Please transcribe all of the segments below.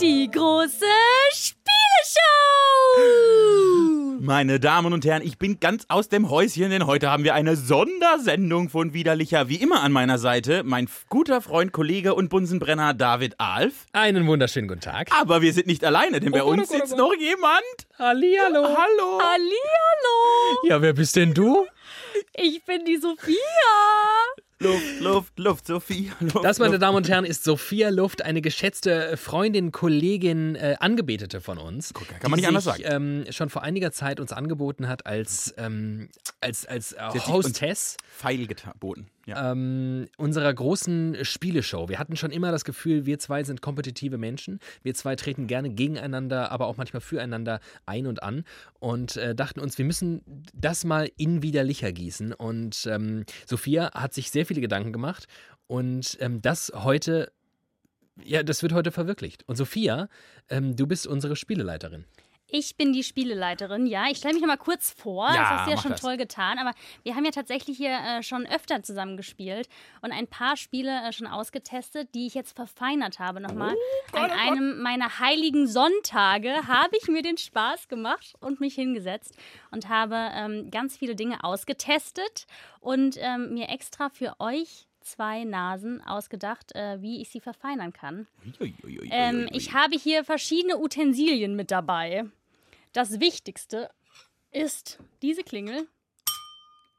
Die große Spieleshow! Meine Damen und Herren, ich bin ganz aus dem Häuschen, denn heute haben wir eine Sondersendung von Widerlicher. Wie immer an meiner Seite mein f- guter Freund, Kollege und Bunsenbrenner David Alf. Einen wunderschönen guten Tag. Aber wir sind nicht alleine, denn bei Oh Gott, uns oh Gott, sitzt oh noch Gott. jemand. Hallihallo. Hallo. Hallihallo! Ja, wer bist denn du? Ich bin die Sophia! Luft, Luft, Luft, Sophie. Luft, Das, meine Luft. Damen und Herren, ist Sophia Luft, eine geschätzte Freundin, Kollegin, äh, Angebetete von uns. kann man die nicht anders sich, Ähm, schon vor einiger Zeit uns angeboten hat als, ähm, als, als äh, hat sich uns- Hostess Pfeil geboten. Ja. ähm, unserer großen Spieleshow. Wir hatten schon immer das Gefühl, wir zwei sind kompetitive Menschen. Wir zwei treten gerne gegeneinander, aber auch manchmal füreinander ein und an und äh, dachten uns, wir müssen das mal in Widerlicher gießen. Und ähm, Sophia hat sich sehr viele Gedanken gemacht und ähm, das heute. Ja, das wird heute verwirklicht. Und Sophia, ähm, du bist unsere Spieleleiterin. Ich bin die Spieleleiterin, ja. Ich stelle mich nochmal kurz vor. Ja, das hast du ja mach schon das. toll getan. Aber wir haben ja tatsächlich hier äh, schon öfter zusammen gespielt und ein paar Spiele äh, schon ausgetestet, die ich jetzt verfeinert habe nochmal. An einem meiner heiligen Sonntage habe ich mir den Spaß gemacht und mich hingesetzt und habe ähm, ganz viele Dinge ausgetestet und ähm, mir extra für euch zwei Nasen ausgedacht, äh, wie ich sie verfeinern kann. Uiuiuiui. Ähm, ich habe hier verschiedene Utensilien mit dabei. Das Wichtigste ist diese Klingel,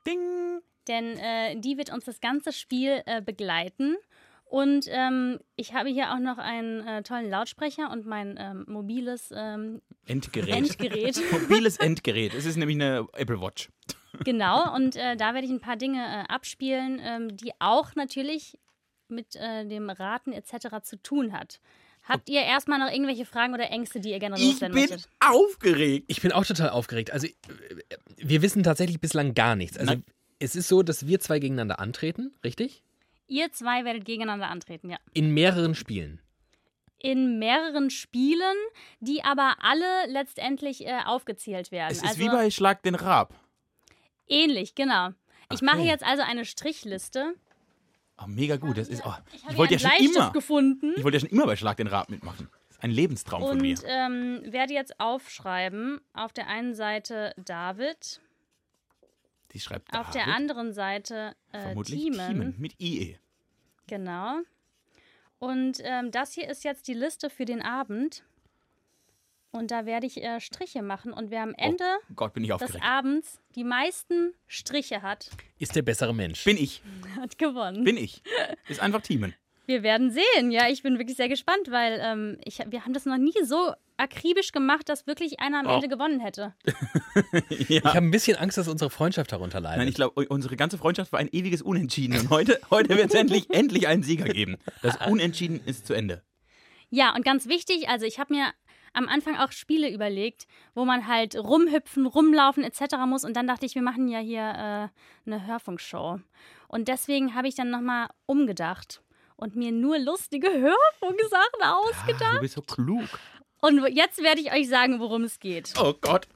Ding. denn äh, die wird uns das ganze Spiel äh, begleiten. Und ähm, ich habe hier auch noch einen äh, tollen Lautsprecher und mein ähm, mobiles ähm, Endgerät. Endgerät. Mobiles Endgerät. Es ist nämlich eine Apple Watch. genau, und äh, da werde ich ein paar Dinge äh, abspielen, ähm, die auch natürlich mit äh, dem Raten etc. zu tun hat. Habt ihr erstmal noch irgendwelche Fragen oder Ängste, die ihr gerne Ich loswerden bin möchtet? aufgeregt. Ich bin auch total aufgeregt. Also, äh, wir wissen tatsächlich bislang gar nichts. Also, Nein. es ist so, dass wir zwei gegeneinander antreten, richtig? Ihr zwei werdet gegeneinander antreten, ja. In mehreren Spielen. in mehreren Spielen, die aber alle letztendlich äh, aufgezählt werden. Es ist also wie bei Schlag den Raab. ähnlich, genau. Ich Okay. mache jetzt also eine Strichliste. Oh, mega gut. Das ist, oh, Ich ich habe wollte ja hier schon einen Bleistift immer. gefunden Ich wollte ja schon immer bei Schlag den Raab mitmachen. Das ist ein Lebenstraum von mir. und ähm, werde jetzt aufschreiben. Auf der einen Seite David, Die schreibt auf der David, anderen Seite äh, vermutlich Thiemen. mit E. IE. Genau. Und ähm, das hier ist jetzt die Liste für den Abend. Und da werde ich äh, Striche machen. Und wer am Ende Oh Gott, bin ich des aufgeregt. Abends die meisten Striche hat, Ist der bessere Mensch. Bin ich. hat gewonnen. Bin ich. Ist einfach Thiemen. Wir werden sehen. Ja, ich bin wirklich sehr gespannt, weil ähm, ich, wir haben das noch nie so akribisch gemacht, dass wirklich einer am Ende gewonnen hätte. ich habe ein bisschen Angst, dass unsere Freundschaft darunter leidet. Nein, ich glaube, unsere ganze Freundschaft war ein ewiges Unentschieden. Und heute, heute wird es endlich, endlich einen Sieger geben. Das Unentschieden ist zu Ende. Ja, und ganz wichtig, also ich habe mir am Anfang auch Spiele überlegt, wo man halt rumhüpfen, rumlaufen etc. muss. Und dann dachte ich, wir machen ja hier äh, eine Hörfunkshow. Und deswegen habe ich dann nochmal umgedacht und mir nur lustige Hörfunksachen ausgedacht. Ah, du bist so klug. Und jetzt werde ich euch sagen, worum es geht. Oh Gott.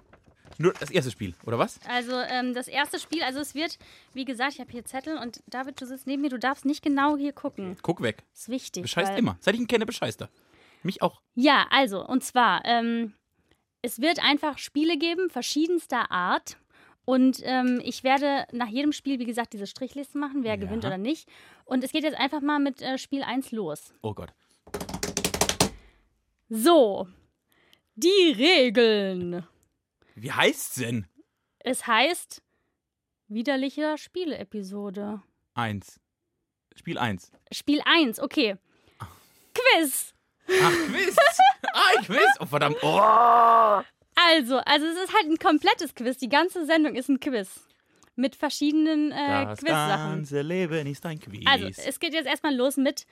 Nur das erste Spiel, oder was? Also ähm, das erste Spiel, also es wird, wie gesagt, ich habe hier Zettel und David, du sitzt neben mir, du darfst nicht genau hier gucken. Guck weg. Ist wichtig. Bescheißt weil- immer. Seit ich ihn kenne, bescheißt er. Mich auch. Ja, also und zwar, ähm, es wird einfach Spiele geben, verschiedenster Art. Und ähm, ich werde nach jedem Spiel, wie gesagt, diese Strichliste machen, wer gewinnt oder nicht. Und es geht jetzt einfach mal mit äh, Spiel 1 los. Oh Gott. So, die Regeln. Wie heißt's denn? Es heißt widerliche Spiele-Episode. Eins. Spiel eins. Spiel 1, okay. Quiz. Ach, Quiz! ah, ein Quiz! Oh, verdammt. Oh. Also, also es ist halt ein komplettes Quiz. Die ganze Sendung ist ein Quiz. Mit verschiedenen äh, Das Quiz-Sachen. ganze Leben ist ein Quiz. Also, es geht jetzt erstmal los mit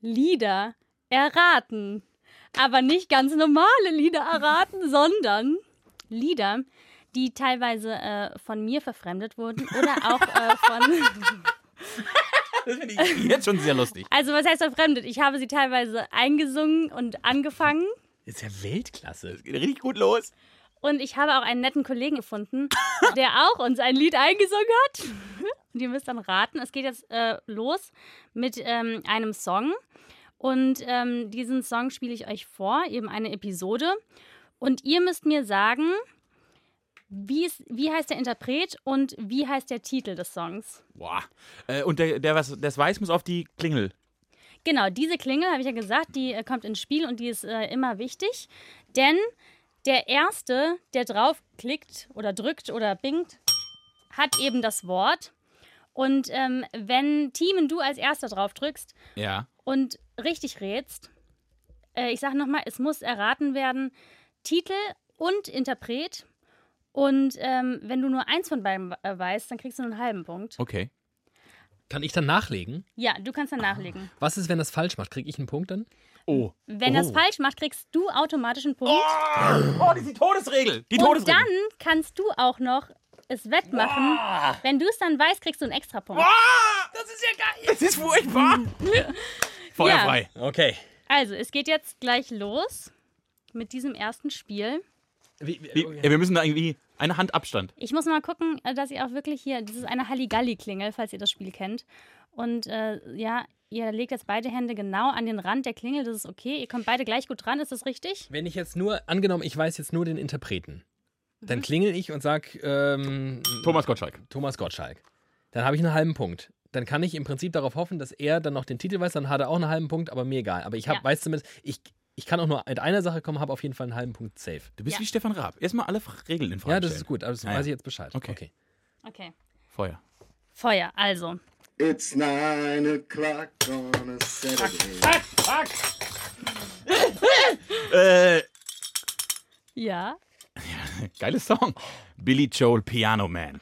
Lieder erraten. Aber nicht ganz normale Lieder erraten, sondern Lieder, die teilweise äh, von mir verfremdet wurden oder auch äh, von. das finde ich jetzt schon sehr lustig. Also, was heißt verfremdet? Ich habe sie teilweise eingesungen und angefangen Ist ja Weltklasse. Es geht richtig gut los. Und ich habe auch einen netten Kollegen gefunden, der auch uns ein Lied eingesungen hat. Und ihr müsst dann raten. Es geht jetzt äh, los mit ähm, einem Song. Und ähm, diesen Song spiele ich euch vor, eben eine Episode. Und ihr müsst mir sagen, wie, ist, wie heißt der Interpret und wie heißt der Titel des Songs. Boah. Äh, und der, der was das weiß, muss auf die Klingel. Genau, diese Klingel, habe ich ja gesagt, die äh, kommt ins Spiel und die ist äh, immer wichtig. Denn der Erste, der draufklickt oder drückt oder bingt, hat eben das Wort. Und ähm, wenn Teamen du als Erster drauf drückst Ja. und richtig rätst, äh, ich sage nochmal, es muss erraten werden, Titel und Interpret. Und ähm, wenn du nur eins von beiden äh, weißt, dann kriegst du nur einen halben Punkt. Okay. Kann ich dann nachlegen? Ja, du kannst dann nachlegen. Was ist, wenn das falsch macht? Kriege ich einen Punkt dann? Oh. Wenn das falsch macht, kriegst du automatisch einen Punkt. Oh, das ist die Todesregel. Die Und Todesregel. dann kannst du auch noch es wettmachen. Wenn du es dann weißt, kriegst du einen extra Punkt. Ah, das ist ja geil. Das ist furchtbar. Feuerfrei. Okay. Also, es geht jetzt gleich los mit diesem ersten Spiel. Wie, wie, Wie, ja, wir müssen da irgendwie eine Hand Abstand. Ich muss mal gucken, äh, dass ihr auch wirklich hier, das ist eine Halligalli-Klingel, falls ihr das Spiel kennt. Und äh, ja, ihr legt jetzt beide Hände genau an den Rand der Klingel, das ist okay. Ihr kommt beide gleich gut dran, ist das richtig? Wenn ich jetzt nur, angenommen, ich weiß jetzt nur den Interpreten, dann klingel ich und sag ähm, Thomas Gottschalk. Thomas Gottschalk. Dann habe ich einen halben Punkt. Dann kann ich im Prinzip darauf hoffen, dass er dann noch den Titel weiß, dann hat er auch einen halben Punkt, aber mir egal. Aber ich hab, Ja. weiß zumindest, ich, ich kann auch nur mit einer Sache kommen, habe auf jeden Fall einen halben Punkt safe. Du bist Ja. wie Stefan Raab. Erstmal alle Fra- Regeln in Frage Ja, das stellen. ist gut, aber das Ah, Ja, ja. weiß ich jetzt Bescheid. Okay. Okay. Feuer. Feuer, also. It's nine o'clock on a Saturday. Äh, Ja. geiles Song. Billy Joel Piano Man.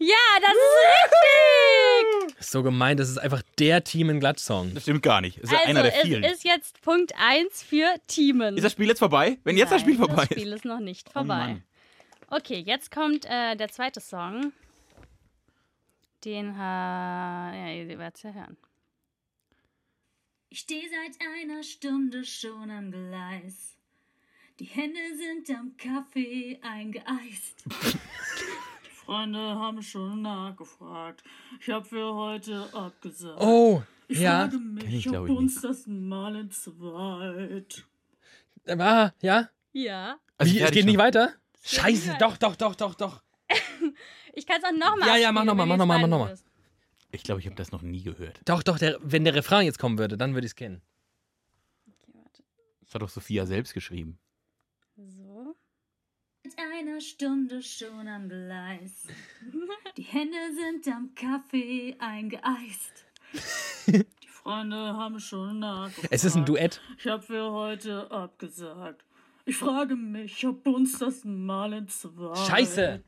Ja, das ist richtig! Ist so gemein, das ist einfach der Team in Glatt-Song. Das stimmt gar nicht. Das ist ja Also, einer der vielen. es ist jetzt Punkt 1 für Teamen. Ist das Spiel jetzt vorbei? Wenn jetzt das Spiel vorbei Das Spiel ist. ist noch Oh nicht Mann. vorbei. okay, jetzt kommt äh, der zweite Song. Den ha ja, ihr werdet ja hören. Ich stehe seit einer Stunde schon am Gleis. Die Hände sind am Kaffee eingeeist. Die Freunde haben schon nachgefragt. Ich hab für heute abgesagt. Oh, ich ja. frage ich, mich, glaub ob ich, nicht. uns das mal in zweit. Ah, ja. Ja. Also Wie, es fertig geht schon. nicht weiter? geht Scheiße, nicht weiter. doch, doch, doch, doch, doch. Ich kann es auch nochmal. Ja, ja, mach noch mal, mach noch mal, mach noch mal. Ich glaube, ich habe das noch nie gehört. Doch, doch, der, wenn der Refrain jetzt kommen würde, dann würde ich es kennen. Das hat doch Sophia selbst geschrieben. So. Seit einer Stunde schon am Gleis. Die Hände sind am Kaffee eingeeist. Die Freunde haben schon nachgefragt. Es ist ein Duett. Ich hab für heute abgesagt. Ich frage mich, ob uns das mal in zwei. Scheiße.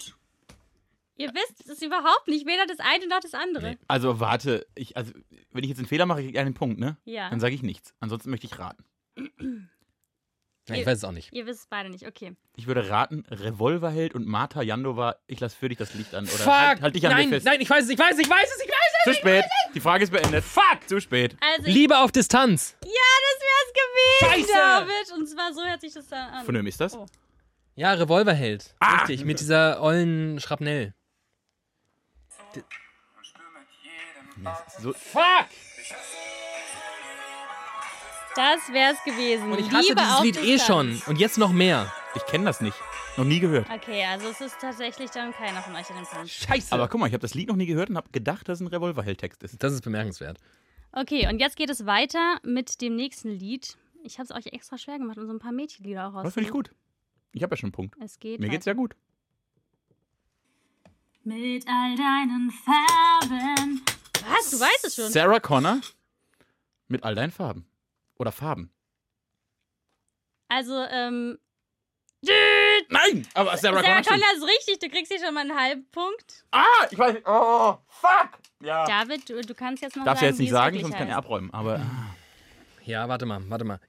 Ihr wisst es überhaupt nicht, weder das eine noch das andere. Also warte, ich, also, wenn ich jetzt einen Fehler mache, kriege ich einen Punkt, ne? Ja. Dann sage ich nichts. Ansonsten möchte ich raten. Ja, Äh, ich weiß es auch nicht. Ihr wisst es beide nicht, okay. Ich würde raten, Revolverheld und Martha Jandova, ich lasse für dich das Licht an. Oder Fuck! Halt, halt dich an nein, mir fest. nein, ich weiß es, ich weiß es, ich weiß es, ich weiß Zu spät. Die Frage ist beendet. Fuck! Zu spät. Also, es! Liebe auf Distanz. ja, das wär's gewesen, Scheiße! David. Und zwar so hört sich das dann an. Von wem ist das? Ah! Oh. Ja, Revolverheld. Richtig, mit dieser ollen Schrapnell. So, Fuck! Das wär's gewesen. Und ich hasse Liebe dieses auf Lied eh Distanz. schon. Und jetzt noch mehr. ich kenne das nicht. Noch nie gehört. Okay, also es ist tatsächlich dann keiner von euch in dem Punkt. Scheiße. Aber Aber guck mal, ich habe das Lied noch nie gehört und habe gedacht, dass es ein Revolverheld-Text ist. das ist bemerkenswert. Okay, und jetzt geht es weiter mit dem nächsten Lied. Ich habe es euch extra schwer gemacht und so ein paar Mädchenlieder auch raus. Das finde ich gut. Ich habe ja schon einen Punkt. Es geht Mir geht's ja gut. Mit all deinen Farben. Was? Du weißt es schon. Sarah Connor mit all deinen Farben. Oder Farben. Also, ähm, Nein! Aber Sarah, Sarah Connor. stimmt. Connor ist richtig. Du kriegst hier schon mal einen halben Punkt. Ah! Ich weiß nicht. Oh, fuck! Ja. David, du, du kannst jetzt noch Darfst du sagen, jetzt nicht wie sagen, es sonst wirklich kann er heißt. abräumen. Aber Ja, warte mal, warte mal.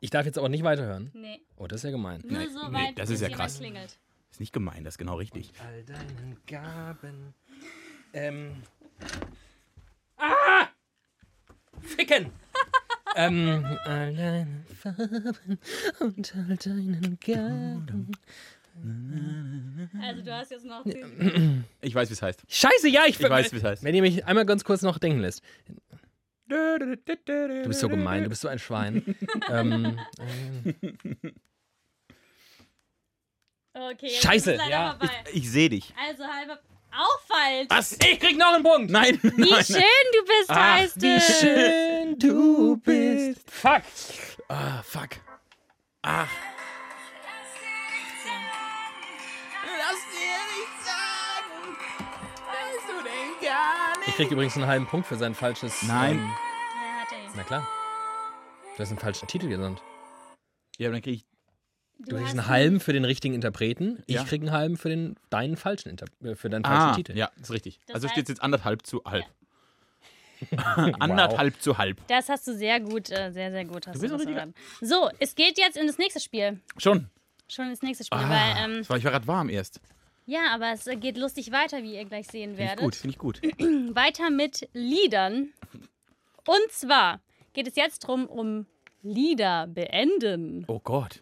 Ich darf jetzt aber nicht weiterhören. Nee, Oh, das ist ja gemein. nur Nee, so nee, weit, das ist bis ja jemand krass. klingelt. ist nicht gemein, das ist genau richtig. All deinen Gaben. Ähm. Ah! Ficken! ähm, all deine Farben und all deinen Garten. Also du hast jetzt noch zehn Ich weiß, wie es heißt. Scheiße, ja, ich, Ich weiß, wie es heißt. Wenn ihr mich einmal ganz kurz noch denken lässt. Du bist so gemein, du bist so ein Schwein. ähm, Okay, Scheiße, ist es leider ja. vorbei. Ich sehe dich. Also halber. Auch falsch. Was? ich krieg noch einen Punkt. Nein, Wie nein. schön du bist, Ach, heißt Wie es. schön du bist. Fuck. Ah, fuck. Ach. Lass dir nicht sagen, dass du den gar Ich krieg übrigens einen halben Punkt für sein falsches. Nein. Ähm, Ja, hat er. na klar. Du hast einen falschen Titel genannt. Ja, aber dann krieg ich. Du kriegst hast einen halben für den richtigen Interpreten. Ich Ja. krieg einen halben für den deinen falschen Inter äh, für deinen falschen Ah, Titel. ja, ist richtig. Das also heißt- steht jetzt anderthalb zu halb. anderthalb zu halb. Das hast du sehr gut, äh, sehr, sehr gut. Hast bist das ein richtiger- erraten. So, es geht jetzt in das nächste Spiel. Schon. Schon ins nächste Spiel, Ah, weil, ähm, das war, ich war gerade warm erst. ja, aber es äh, geht lustig weiter, wie ihr gleich sehen Finde ich werdet. gut, finde ich gut. Weiter mit Liedern. Und zwar geht es jetzt drum um Lieder beenden. Oh Gott.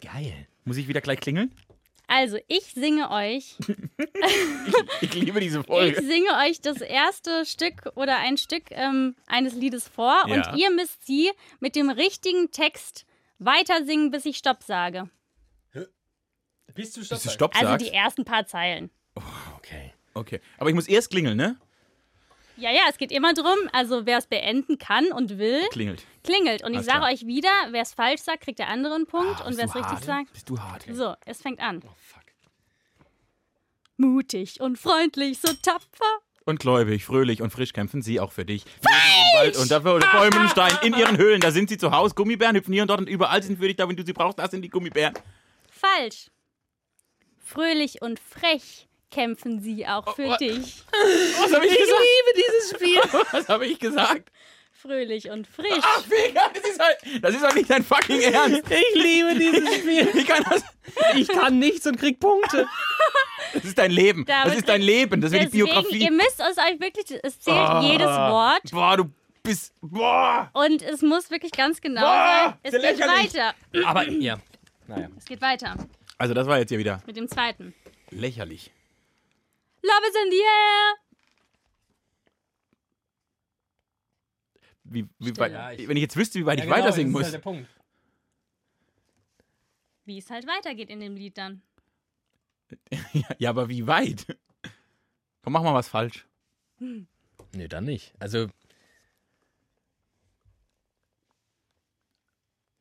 Geil. Muss ich wieder gleich klingeln? Also, ich singe euch Ich liebe diese Ich Folge. singe euch das erste Stück oder ein Stück ähm, eines Liedes vor Ja. und ihr müsst sie mit dem richtigen Text weiter singen, bis ich Stopp sage. Bist du Bis du Stopp Also sagst? die ersten paar Zeilen. Okay. Okay. Aber ich muss erst klingeln, ne? Ja, ja, es geht immer drum. Also wer es beenden kann und will, Klingelt. klingelt. Und ich Alles sage klar. euch wieder, wer es falsch sagt, kriegt der andere einen Punkt. Ah, und bist wer du es richtig hart? sagt. Bist du hart. So, es fängt an. Oh, fuck. Mutig und freundlich, so tapfer. Und gläubig, fröhlich und frisch kämpfen sie auch für dich. Falsch! Im Wald unter Wölfe, Bäumen und Steinen, in ihren Höhlen, da sind sie zu Hause. Gummibären hüpfen hier und dort und überall sind für dich da, wenn du sie brauchst, da sind die Gummibären. Falsch. Fröhlich und frech kämpfen sie auch für oh. dich. Was habe ich gesagt? liebe dieses Spiel. Was habe ich gesagt? Fröhlich und frisch. Ach, Vega, Ah, das ist halt, das ist halt nicht dein fucking Ernst. Ich liebe dieses Spiel. Wie kann das? Ich kann nichts und krieg Punkte. Das ist dein Leben. Das Damit- ist dein Leben. Das wäre die Deswegen, ihr Biografie. müsst es euch wirklich, es zählt Ah. jedes Wort Boah, du bist. Boah! und es muss wirklich ganz genau Boah, sein. Es Ah, sehr geht lächerlich. weiter. Aber ja. Naja. Es geht weiter Also, das war jetzt hier wieder mit dem zweiten. lächerlich. Love is in the air. Wie, wie weit, Ja, genau, ich- wenn ich jetzt wüsste, wie weit ich weiter singen muss. Punkt. Wie es halt weitergeht in dem Lied dann. halt ja, aber wie weit? Komm, mach mal was falsch. Nee, dann nicht. Also,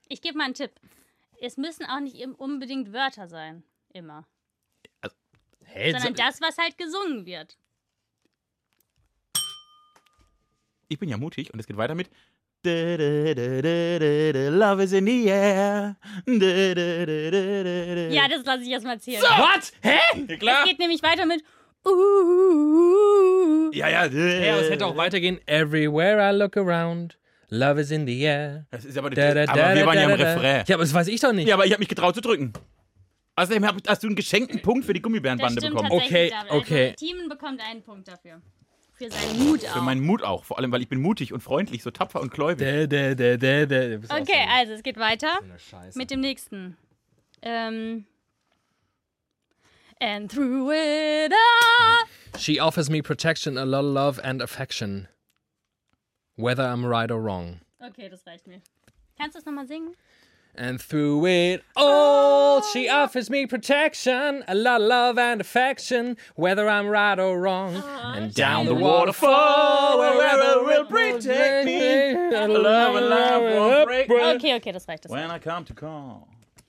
Ich gebe mal einen Tipp. Es müssen auch nicht im- unbedingt Wörter sein. Immer. hey, Sondern das, was halt gesungen wird. Ich bin ja mutig und es geht weiter mit. Love is in the air. Ja, das lasse ich erstmal zählen. What? Hä? Ja, Es klar. geht nämlich weiter mit. Uh, Ja, ja. Ja, aber es hätte auch weitergehen. Everywhere I look around, love is in the air. Das ist aber, Da, da, da, aber wir waren da, ja im da, da. Refrain. Ja, aber das weiß ich doch nicht. Ja, aber ich habe mich getraut zu drücken. Außerdem hab, hast du einen geschenkten Punkt für die das Gummibärenbande stimmt bekommen. tatsächlich. Okay, David. okay. Also, Teamen bekommt einen Punkt dafür. Für seinen Mut auch. Für meinen Oh, Mut auch. Vor allem, weil ich bin mutig und freundlich, so tapfer und gläubig. Da, da, da, da, da. Du bist auch Okay, so also es geht weiter eine Scheiße. mit dem nächsten. Ähm. And through it all. She offers me protection, a lot of love and affection. Whether I'm right or wrong. Okay, das reicht mir. Kannst du es nochmal singen? And through it all, she offers me protection, a lot of love and affection, whether I'm right or wrong. and down the waterfall, wherever will protect me, a love and love won't break me. Äh. Okay, okay, das reicht. Das, reicht. When I come to call,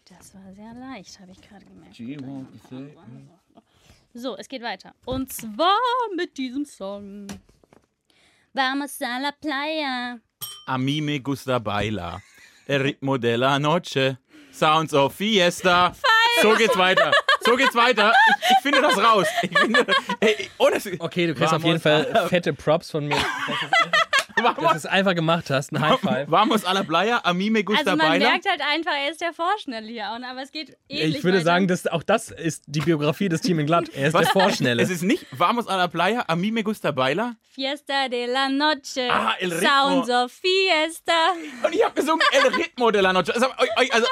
das war sehr leicht, habe ich gerade gemerkt. she won't be safe. So, es geht weiter. Und zwar mit diesem Song. Vamos a la playa. A mí me gusta baila. El ritmo de la noche. Sounds of Fiesta. So geht's weiter. So geht's weiter. Ich, ich finde das raus. Ich finde, ey, ohne, Okay, du kriegst auf Vamos jeden Fall fette Props von mir. dass du es einfach gemacht hast. Ein High Five. Vamos a la playa, a mí me gusta Also man Beiner. merkt halt einfach, er ist der Vorschnell hier. Und, aber es geht ähnlich Ich würde weiter. sagen, dass auch das ist die Biografie des Team in Glatt. Er ist der Vorschnelle. Es ist nicht Vamos a la playa, a mí me gusta Bailer. Fiesta de la noche, Ah, el ritmo. Sounds of Fiesta. Und ich habe gesungen El Ritmo de la Noche. Also, also,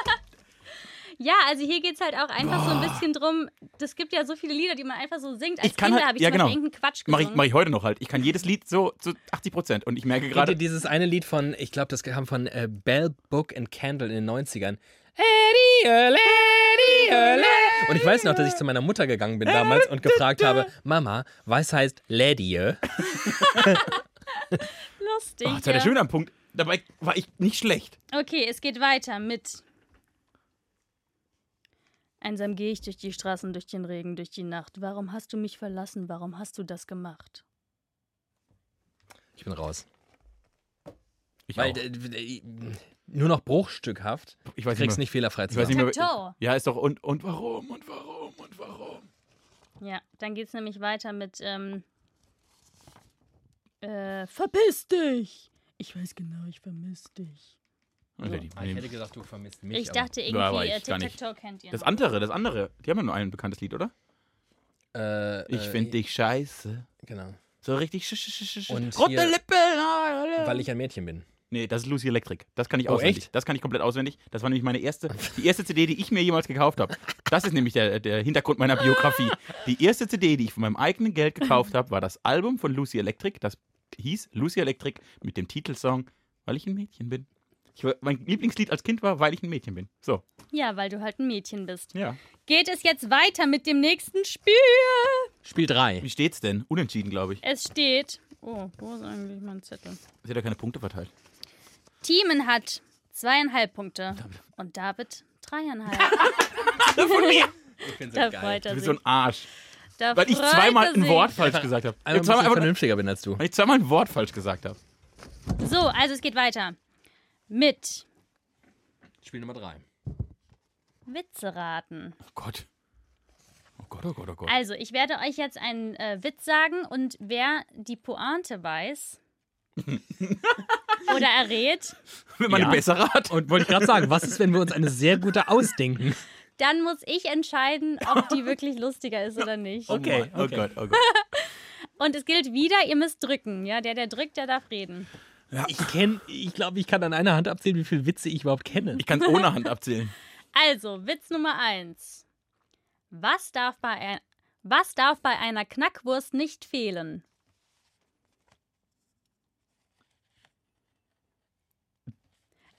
Ja, also hier geht es halt auch einfach so ein bisschen drum, das gibt ja so viele Lieder, die man einfach so singt. Als Ich kann Kinder halt- habe ich ja, zum Beispiel genau. irgendeinen Quatsch Mache ich, gesungen. mach ich heute noch halt. Ich kann jedes Lied so zu 80 Prozent. Und ich merke Kennt ihr gerade, dieses eine Lied von, ich glaube, das kam von äh, Bell, Book and Candle in den 90ern. Lady, oh, lady, oh, la- Und ich weiß noch, dass ich zu meiner Mutter gegangen bin damals und gefragt habe, Mama, was heißt Lady? Lustig. oh, jetzt hat er ja. schön am Punkt. Dabei war ich nicht schlecht. Okay, es geht weiter mit. Einsam gehe ich durch die Straßen, durch den Regen, durch die Nacht. Warum hast du mich verlassen? Warum hast du das gemacht? Ich bin raus. Ich, Weil auch. äh, äh, nur noch bruchstückhaft. ich weiß krieg's mehr. nicht fehlerfrei Ich weiß nicht zusammen. mehr. Tic-tac-toe. Ja, ist doch und, und warum und warum und warum. Ja, dann geht's nämlich weiter mit ähm, äh, Verpiss dich! Ich weiß genau, ich vermisse dich. Also die- Ah, Ich hätte gesagt, du vermisst mich. Ich dachte Ja, aber irgendwie, ich äh, gar nicht. Tic-Tac-Toe kennt ihr. das noch. andere, das andere. Die haben ja nur ein bekanntes Lied, oder? aber, äh, Ich find dich scheiße. Genau. So richtig sch sch sch sch Und rote ah, hier- Lippe. Weil ich ein Mädchen bin. Nee, das ist Lucy Electric. Das kann ich Oh, auswendig. echt? Das kann ich komplett auswendig. Das war nämlich meine erste, die erste CD, die ich mir jemals gekauft habe. Das ist nämlich der, der Hintergrund meiner Biografie. Die erste CD, die ich von meinem eigenen Geld gekauft habe, war das Album von Lucy Electric. Das hieß Lucy Electric mit dem Titelsong Weil ich ein Mädchen bin. Ich, war- mein Lieblingslied als Kind war Weil ich ein Mädchen bin. So, Ja, weil du halt ein Mädchen bist. ja. Geht es jetzt weiter mit dem nächsten Spiel? Spiel 3. Wie steht's denn? Unentschieden, glaube ich. Es steht. Oh, wo ist eigentlich mein Zettel? Sie hat ja keine Punkte verteilt. Thiemen hat zweieinhalb Punkte und David dreieinhalb. da freut Du er bist so sich. ein Arsch. Da Weil ich freut zweimal er ein sich. Wort falsch gesagt habe. Einmal Zweimal ein bisschen einfach- vernünftiger bin als du. Weil ich zweimal ein Wort falsch gesagt Oh habe. So, also es geht weiter. Mit Spiel Nummer 3. Witze raten. Oh Gott. Oh Gott, oh Gott, oh Gott. Also, ich werde euch jetzt einen äh, Witz sagen und wer die Pointe weiß oder errät, Wenn man Ja. eine bessere hat. Und wollte ich gerade sagen, was ist, wenn wir uns eine sehr gute ausdenken? dann muss ich entscheiden, ob die wirklich lustiger ist oder nicht. Okay, Oh okay. Gott, oh Gott. Und es gilt wieder, ihr müsst drücken. Ja, der, der drückt, der darf reden. Ich kenne, ich glaube, ich kann an einer Hand abzählen, wie viele Witze ich überhaupt kenne. Ich kann es ohne Hand abzählen. Also, Witz Nummer eins. Was darf bei, ein, was darf bei einer Knackwurst nicht fehlen?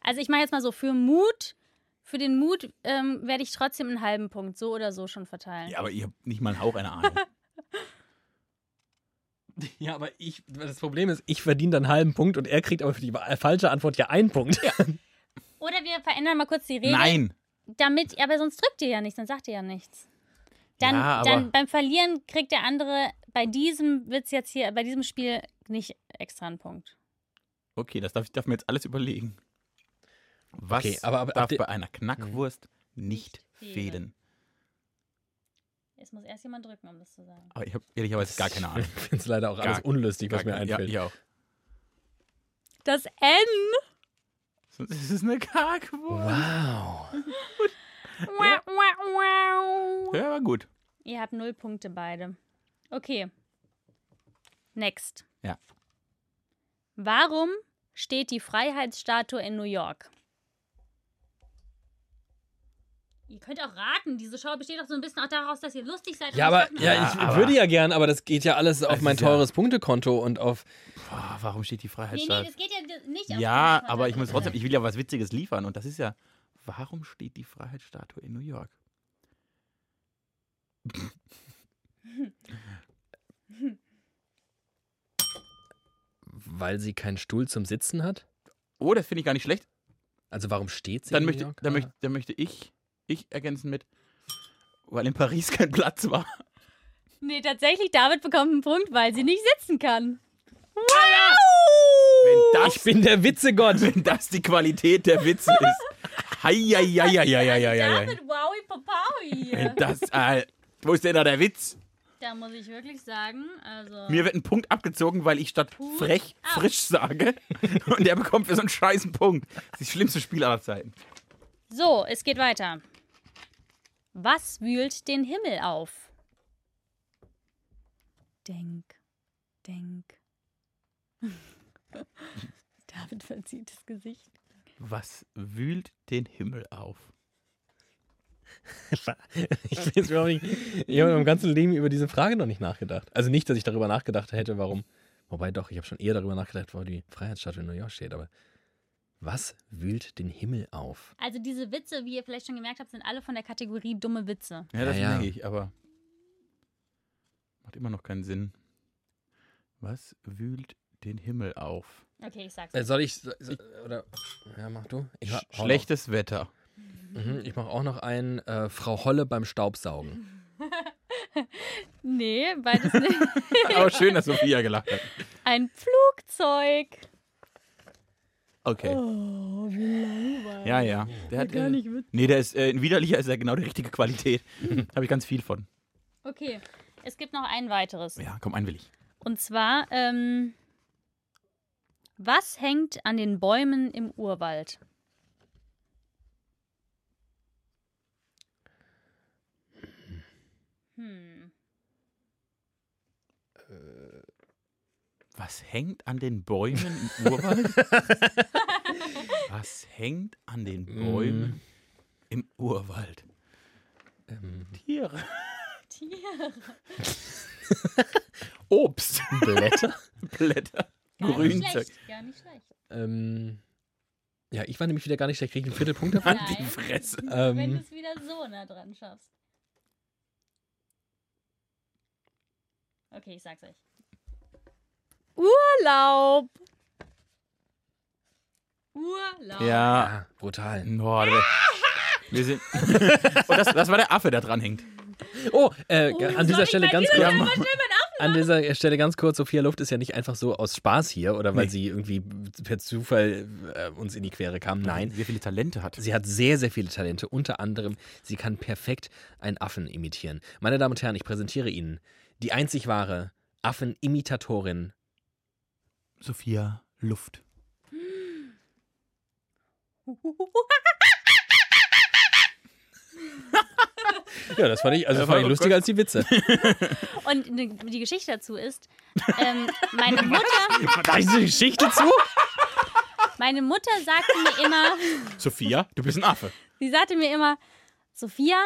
Also, ich mache jetzt mal so, für Mut, für den Mut ähm, werde ich trotzdem einen halben Punkt so oder so schon verteilen. Ja, aber ihr habt nicht mal einen Hauch einer Ahnung. Ja, aber ich, das Problem ist, ich verdiene dann einen halben Punkt und er kriegt aber für die äh, falsche Antwort ja einen Punkt. Oder wir verändern mal kurz die Regeln. Nein. Damit, aber sonst drückt ihr ja nichts, dann sagt ihr ja nichts. Dann, Ja, aber- dann beim Verlieren kriegt der andere bei diesem Witz jetzt hier, bei diesem Spiel nicht extra einen Punkt. Okay, das darf ich darf mir jetzt alles überlegen. Was Okay, aber- aber ab darf de- bei einer Knackwurst nicht fehlen. fehlen? Es muss erst jemand drücken, um das zu sagen. Aber ich habe ehrlicherweise gar keine Ahnung. Ich finde es leider auch Gar- alles unlustig, was mir Gar- ja, einfällt. ich auch. Das N. Sonst ist es eine Kackwurst. Wow. Wow, wow, wow. Ja, war gut. Ihr habt null Punkte beide. Okay. Next. Ja. Warum steht die Freiheitsstatue in New York? Ihr könnt auch raten, diese Show besteht doch so ein bisschen auch daraus, dass ihr lustig seid. Ja, und aber nicht noch- ja, Ja, ich aber- würde ja gern, aber das geht ja alles auf ist mein ja- teures Punktekonto und auf. Boah, warum steht Nee, die nee, Freiheitsstatue? das geht ja nicht auf Ja, die aber ich muss Freiheitsstatue. trotzdem, ich will ja was Witziges liefern und das ist ja, warum steht die Freiheitsstatue in New York? Weil sie keinen Stuhl zum Sitzen hat? Oh, das finde ich gar nicht schlecht. Also warum steht sie dann in möchte, New York? Ah. dann, möchte, dann möchte ich, ich ergänzen mit, weil in Paris kein Platz war. Nee, tatsächlich, David bekommt einen Punkt, weil sie nicht sitzen kann. Wenn das, ich bin der Witzegott. wenn das die Qualität der Witze ist. Hei, hei, hei, hei, hei, hei, hei, hei. David, wowi, papawi. Wenn das, äh, wo ist denn da der Witz? Da muss ich wirklich sagen, also. Mir wird ein Punkt abgezogen, weil ich statt Hut frech ab. frisch sage. Und der bekommt für so einen scheißen Punkt. Das ist das schlimmste Spiel aller Zeiten. So, es geht weiter. Was wühlt den Himmel auf? Denk, denk. David verzieht das Gesicht. Was wühlt den Himmel auf? Ich weiß überhaupt nicht. Ich habe im ganzen Leben über diese Frage noch nicht nachgedacht. Also nicht, dass ich darüber nachgedacht hätte, warum. Wobei doch, ich habe schon eher darüber nachgedacht, wo die Freiheitsstatue in New York steht. Aber was wühlt den Himmel auf? Also diese Witze, wie ihr vielleicht schon gemerkt habt, sind alle von der Kategorie dumme Witze. Ja, das Ja, ja. merke ich, aber macht immer noch keinen Sinn. Was wühlt den Himmel auf? Okay, ich sag's. Äh, soll ich. so- so- Oder. Ja, mach du. Ich, hau- hau Schlechtes Wetter. Noch, mhm, ich mache auch noch einen äh, Frau Holle beim Staubsaugen. Nee, beides nicht. aber schön, dass Sophia gelacht hat. Ein Flugzeug. Okay. Oh, wie ja, ja. Der hat gar nicht Nee, der ist äh, in widerlicher ist er genau die richtige Qualität. Habe ich ganz viel von. Okay, es gibt noch ein weiteres. Ja, komm, einwillig. Und zwar, ähm, was hängt an den Bäumen im Urwald? Hm. Was hängt an den Bäumen im Urwald? Was hängt an den Mm. Bäumen im Urwald? Ähm, Tiere. Tier. Obst. Blätter? Blätter. Gar nicht Grünzeug. schlecht, gar nicht schlecht. ähm, ja, ich war nämlich wieder gar nicht. Ich kriege einen Viertelpunkt davon. An Nein. die Fresse. Wenn du Ähm, es wieder so nah dran schaffst. Okay, ich sag's euch. Urlaub! Urlaub! Ja. ah, brutal. No, der- wir sind. Oh, das, das war der Affe, der dran hängt. Oh, äh, Oh, an soll dieser ich Stelle mal ganz diese kurz. Stelle mal schnell meinen Affen- An dieser Stelle ganz kurz, Sophia Luft ist ja nicht einfach so aus Spaß hier oder weil Nee. sie irgendwie per Zufall äh, uns in die Quere kam. Nein, Sehr viele Talente hat. sie hat sehr, sehr viele Talente. Unter anderem, sie kann perfekt einen Affen imitieren. Meine Damen und Herren, ich präsentiere Ihnen die einzig wahre Affenimitatorin. Sophia Luft. Ja, das fand ich, also Ja, fand ich lustiger als die Witze. Und ne- die Geschichte dazu ist, ähm, meine, Mutter, da ist eine Geschichte zu? meine Mutter sagte mir immer, Sophia, du bist ein Affe. sie sagte mir immer, Sophia,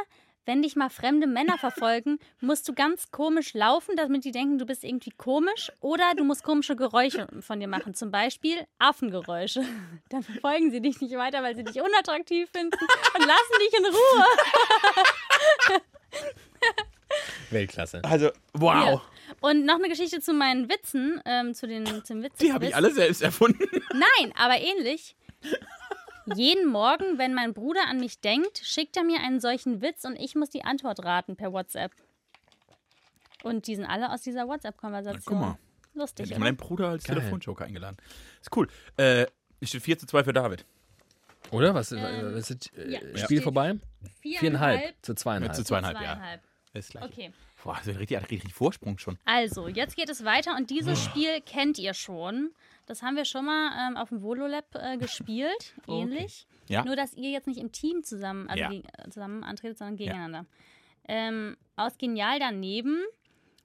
wenn dich mal fremde Männer verfolgen, musst du ganz komisch laufen, damit die denken, du bist irgendwie komisch. Oder du musst komische Geräusche von dir machen. Zum Beispiel Affengeräusche. Dann verfolgen sie dich nicht weiter, weil sie dich unattraktiv finden und lassen dich in Ruhe. Weltklasse. Also, wow. Und noch eine Geschichte zu meinen Witzen, ähm, zu den zum Witz. Die habe ich alle selbst erfunden. Nein, aber ähnlich. Jeden Morgen, wenn mein Bruder an mich denkt, schickt er mir einen solchen Witz und ich muss die Antwort raten per WhatsApp. Und die sind alle aus dieser WhatsApp-Konversation. Na, guck mal. Lustig, Ich oder? meinen Bruder als Geil. Telefonjoker eingeladen. Ist cool. Äh, es steht 4 zu 2 für David. Oder? Was, Ähm, was ist, äh, ja, Spiel steht vorbei? Viereinhalb zu Zu zweieinhalb. zweieinhalb, ja. Ist gleich. Okay. Boah, das ist richtig, hat richtig Vorsprung schon. Also, jetzt geht es weiter und dieses Spiel kennt ihr schon. Das haben wir schon mal ähm, auf dem Vololab äh, gespielt, ähnlich. Oh, Ja. Nur, dass ihr jetzt nicht im Team zusammen, also Ja. geg- äh, zusammen antretet, sondern gegeneinander. Ähm, aus Genial daneben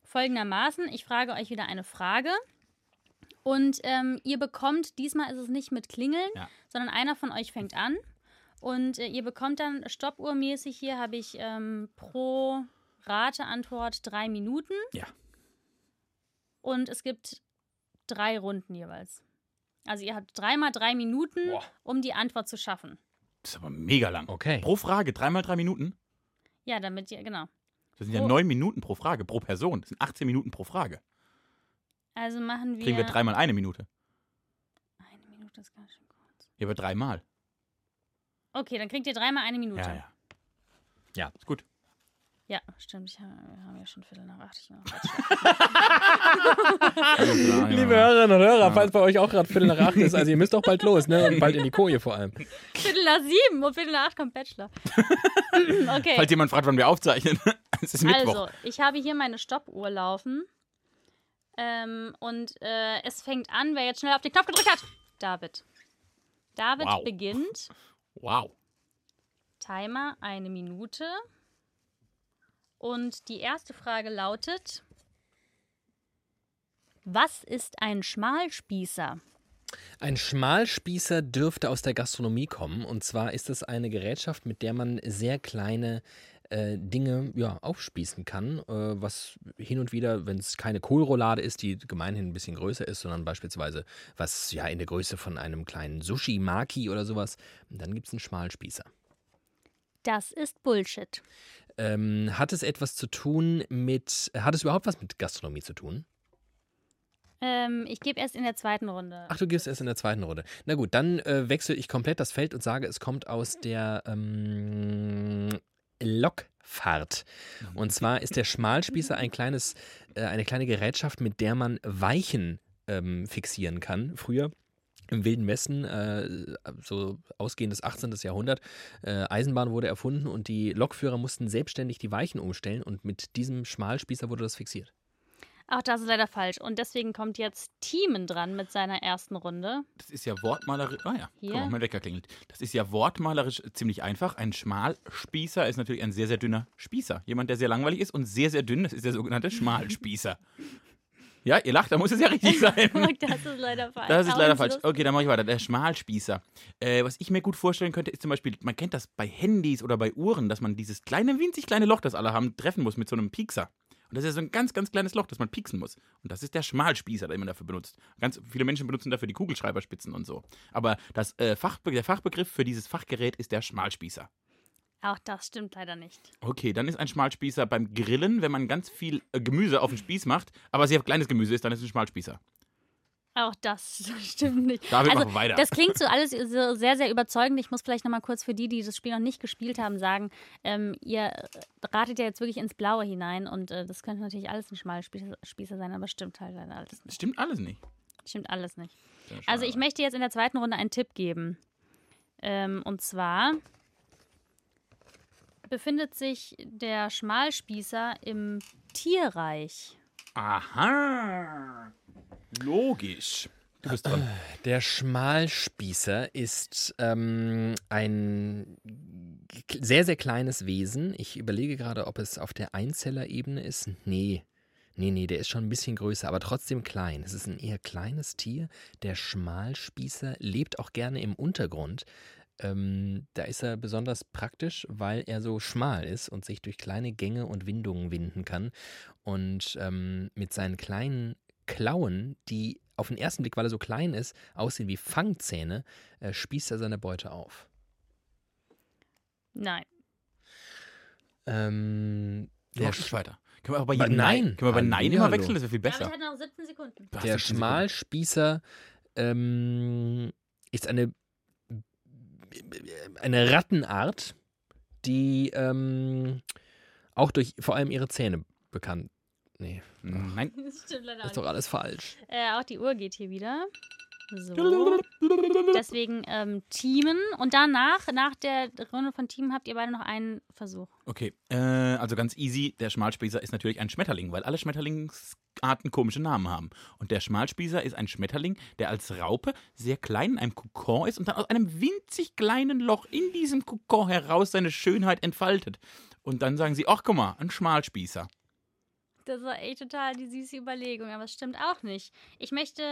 folgendermaßen, ich frage euch wieder eine Frage. Und ähm, ihr bekommt, diesmal ist es nicht mit Klingeln, Ja. sondern einer von euch fängt an. Und äh, ihr bekommt dann stoppuhrmäßig, hier habe ich ähm, pro Rateantwort drei Minuten. Ja. Und es gibt drei Runden jeweils. Also ihr habt dreimal drei Minuten, Boah. um die Antwort zu schaffen. Das ist aber mega lang. Okay. Pro Frage, dreimal drei Minuten. Ja, damit ihr, genau. Das sind ja Oh. neun Minuten pro Frage, pro Person. Das sind 18 Minuten pro Frage. Also machen wir. Kriegen wir dreimal eine Minute. Eine Minute ist ganz schön kurz. Ja, aber dreimal. Okay, dann kriegt ihr dreimal eine Minute. Ja, ja. Ja. ist gut. Ja, stimmt. Ich, ha- wir haben ja schon Viertel nach acht. Ich bin auch Liebe Hörerinnen und Hörer, falls bei euch auch gerade Viertel nach acht ist, also ihr müsst doch bald los, ne? Und bald in die Koje vor allem. Oh, Viertel nach sieben und Viertel nach acht kommt Bachelor. okay. Falls jemand fragt, wann wir aufzeichnen. Es ist Mittwoch. Also, ich habe hier meine Stoppuhr laufen. Ähm, und äh, es fängt an, wer jetzt schnell auf den Knopf gedrückt hat. David. David Wow. beginnt. Wow. Timer eine Minute. Und die erste Frage lautet: Was ist ein Schmalspießer? Ein Schmalspießer dürfte aus der Gastronomie kommen. Und zwar ist es eine Gerätschaft, mit der man sehr kleine äh, Dinge ja, aufspießen kann. Äh, was hin und wieder, wenn es keine Kohlroulade ist, die gemeinhin ein bisschen größer ist, sondern beispielsweise was ja in der Größe von einem kleinen Sushi-Maki oder sowas, dann gibt es einen Schmalspießer. Das ist Bullshit. Ähm, hat es etwas zu tun mit, hat es überhaupt was mit Gastronomie zu tun? Ähm, ich gebe erst in der zweiten Runde. Ach, du gibst erst in der zweiten Runde. Na gut, dann äh, wechsle ich komplett das Feld und sage, es kommt aus der ähm, Lokfahrt. Und zwar ist der Schmalspießer ein kleines, äh, eine kleine Gerätschaft, mit der man Weichen ähm, fixieren kann. Früher. Im Wilden Westen, äh, so ausgehendes 18. Jahrhundert, äh, Eisenbahn wurde erfunden und die Lokführer mussten selbstständig die Weichen umstellen und mit diesem Schmalspießer wurde das fixiert. Auch das ist leider falsch. Und deswegen kommt jetzt Thiemen dran mit seiner ersten Runde. Das ist ja wortmalerisch. Ah ja, Hier. guck mal, mein Wecker klingelt. Das ist ja wortmalerisch ziemlich einfach. Ein Schmalspießer ist natürlich ein sehr, sehr dünner Spießer. Jemand, der sehr langweilig ist und sehr, sehr dünn, das ist der sogenannte Schmalspießer. ja, ihr lacht, da muss es ja richtig sein. das ist leider falsch. Das ist Aber leider wenn's falsch. Lust- Okay, dann mache ich weiter. Der Schmalspießer. Äh, was ich mir gut vorstellen könnte, ist zum Beispiel, man kennt das bei Handys oder bei Uhren, dass man dieses kleine, winzig kleine Loch, das alle haben, treffen muss mit so einem Piekser. Und das ist so ein ganz, ganz kleines Loch, das man pieksen muss. Und das ist der Schmalspießer, den man dafür benutzt. Ganz viele Menschen benutzen dafür die Kugelschreiberspitzen und so. Aber das, äh, Fachbe der Fachbegriff für dieses Fachgerät ist der Schmalspießer. Auch das stimmt leider nicht. Okay, dann ist ein Schmalspießer beim Grillen, wenn man ganz viel äh, Gemüse auf den Spieß macht, aber sehr kleines Gemüse ist, dann ist es ein Schmalspießer. Auch das stimmt nicht. David, also, mach weiter. Das klingt so alles so sehr, sehr überzeugend. Ich muss vielleicht nochmal kurz für die, die das Spiel noch nicht gespielt haben, sagen, ähm, ihr ratet ja jetzt wirklich ins Blaue hinein und äh, das könnte natürlich alles ein Schmalspießer Spießer sein, aber stimmt halt leider alles nicht. Stimmt alles nicht. Stimmt alles nicht. Ja, Also schade. ich möchte jetzt in der zweiten Runde einen Tipp geben. Ähm, und zwar befindet sich der Schmalspießer im Tierreich. Aha. Äh, Logisch. Du bist dran. Der Schmalspießer ist ähm, ein k- sehr, sehr kleines Wesen. Ich überlege gerade, ob es auf der Einzellerebene ist. Nee. Nee, nee, der ist schon ein bisschen größer, aber trotzdem klein. Es ist ein eher kleines Tier. Der Schmalspießer lebt auch gerne im Untergrund. Ähm, da ist er besonders praktisch, weil er so schmal ist und sich durch kleine Gänge und Windungen winden kann. Und ähm, mit seinen kleinen Klauen, die auf den ersten Blick, weil er so klein ist, aussehen wie Fangzähne, äh, spießt er seine Beute auf. Nein. Ähm, Du der, machst nicht weiter. Können wir aber bei Bei jedem Nein. Können wir bei Nein Äh, immer Hallihallo. wechseln, das wäre viel besser. David hat noch 17 Sekunden. Du hast der 17 Sekunden. Schmalspießer ähm, ist eine, eine Rattenart, die ähm, auch durch vor allem ihre Zähne bekannt. Nee, Hm, Nein. Das stimmt leider das ist doch alles falsch. Äh, auch die Uhr geht hier wieder. So. Deswegen ähm, Teamen. Und danach, nach der Runde von Teamen, habt ihr beide noch einen Versuch. Okay, äh, also ganz easy. Der Schmalspießer ist natürlich ein Schmetterling, weil alle Schmetterlingsarten komische Namen haben. Und der Schmalspießer ist ein Schmetterling, der als Raupe sehr klein in einem Kokon ist und dann aus einem winzig kleinen Loch in diesem Kokon heraus seine Schönheit entfaltet. Und dann sagen sie, ach guck mal, ein Schmalspießer. Das war echt total die süße Überlegung, aber es stimmt auch nicht. Ich möchte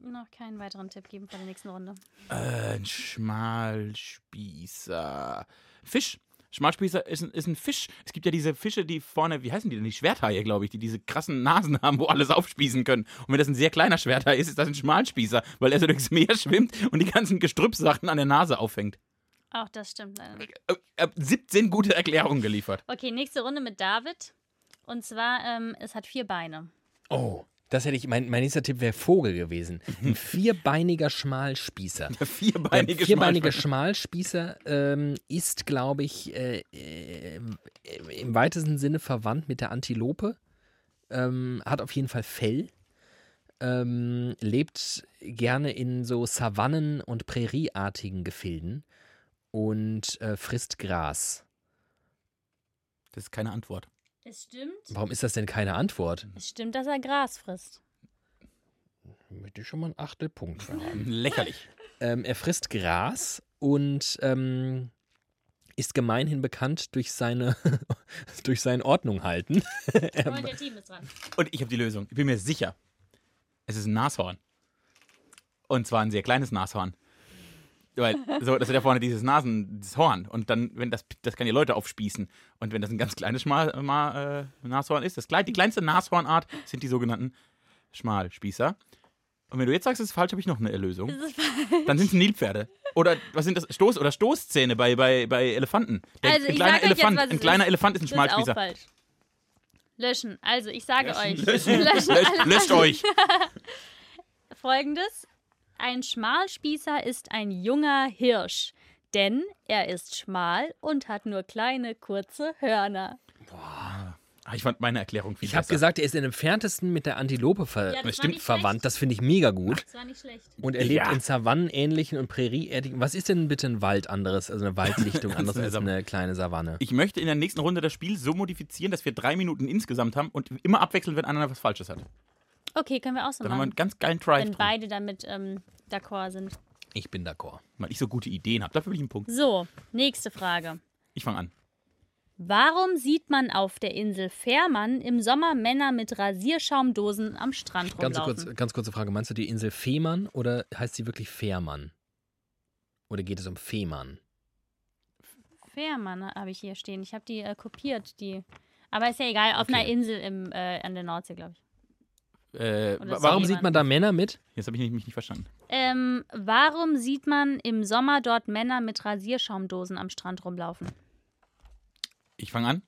noch keinen weiteren Tipp geben vor der nächsten Runde. Äh, Ein Schmalspießer. Fisch. Schmalspießer ist ein, ist ein Fisch. Es gibt ja diese Fische, die vorne, wie heißen die denn? Die Schwerthaie, glaube ich, die diese krassen Nasen haben, wo alles aufspießen können. Und wenn das ein sehr kleiner Schwerthai ist, ist das ein Schmalspießer, weil er so durchs Meer schwimmt und die ganzen Gestrüppsachen an der Nase auffängt. Auch das stimmt leider nicht. Äh, äh, 17 gute Erklärungen geliefert. Okay, nächste Runde mit David. Und zwar, ähm, es hat vier Beine. Oh, das hätte ich, mein, mein nächster Tipp wäre Vogel gewesen. Ein vierbeiniger Schmalspießer. Der Ein vierbeinige, vierbeiniger Schmalspießer. Schmalspießer Äh, ähm, ist, glaube ich, äh, äh, im weitesten Sinne verwandt mit der Antilope. Ähm, hat auf jeden Fall Fell. Ähm, lebt gerne in so Savannen- und Prärieartigen Gefilden und äh, frisst Gras. Das ist keine Antwort. Es stimmt. Warum ist das denn keine Antwort? Es stimmt, dass er Gras frisst. Möchte ich schon mal einen Achtelpunkt haben. Lächerlich. ähm, er frisst Gras und ähm, ist gemeinhin bekannt durch seine durch sein Ordnung halten. Und der Team ist dran. Und ich habe die Lösung. Ich bin mir sicher. Es ist ein Nashorn. Und zwar ein sehr kleines Nashorn. Weil, so, das hat ja vorne dieses Nasen, dieses Horn. Und dann, wenn das, das kann die Leute aufspießen. Und wenn das ein ganz kleines Schmal, Ma, äh, Nashorn ist, das, klei- die kleinste Nashornart sind die sogenannten Schmalspießer. Und wenn du jetzt sagst, es ist falsch, habe ich noch eine Erlösung. Das ist falsch. Dann sind es Nilpferde. Oder was sind das? Stoß- oder Stoßzähne bei, bei, bei Elefanten. Der- Also, ein ich kleiner sag euch jetzt, Elefant, was es ein kleiner ist. Elefant ist ein Das ist auch Schmalspießer. falsch. Löschen. Also, ich sage euch. Löscht, löscht euch! Folgendes. Ein Schmalspießer ist ein junger Hirsch, denn er ist schmal und hat nur kleine, kurze Hörner. Ah, Ich fand meine Erklärung viel Ich habe besser. gesagt, er ist im entferntesten mit der Antilope ver Ja, das war stimmt, nicht verwandt. schlecht. Das finde ich mega gut. Das war nicht schlecht. Und er lebt Ja. in Savannenähnlichen und Prärieeartigen. Was ist denn bitte ein Wald anderes, also eine Waldlichtung anders eine als Savanne. eine kleine Savanne? ich möchte in der nächsten Runde das Spiel so modifizieren, dass wir drei Minuten insgesamt haben und immer abwechseln, wenn einer was Falsches hat. Okay, können wir auch so Dann haben wir einen machen. ganz geilen Drive Wenn drin, beide damit ähm, d'accord sind. Ich bin d'accord. weil ich so gute Ideen habe. Dafür will ich einen Punkt. So, nächste Frage. Ich fange an. Warum sieht man auf der Insel Fährmann im Sommer Männer mit Rasierschaumdosen am Strand Ganz rumlaufen? kurz, ganz kurze Frage. Meinst du die Insel Fehmarn oder heißt sie wirklich Fährmann? Oder geht es um Fehmarn? Fährmann ne, habe ich hier stehen. Ich habe die äh, kopiert, die. Aber ist ja egal, auf Okay. einer Insel im, äh, an der Nordsee, glaube ich. Äh, Oder wa- so. warum? Warum sieht man da Männer mit? Jetzt habe ich nicht- mich nicht verstanden. Ähm, warum sieht man im Sommer dort Männer mit Rasierschaumdosen am Strand rumlaufen? Ich fange an.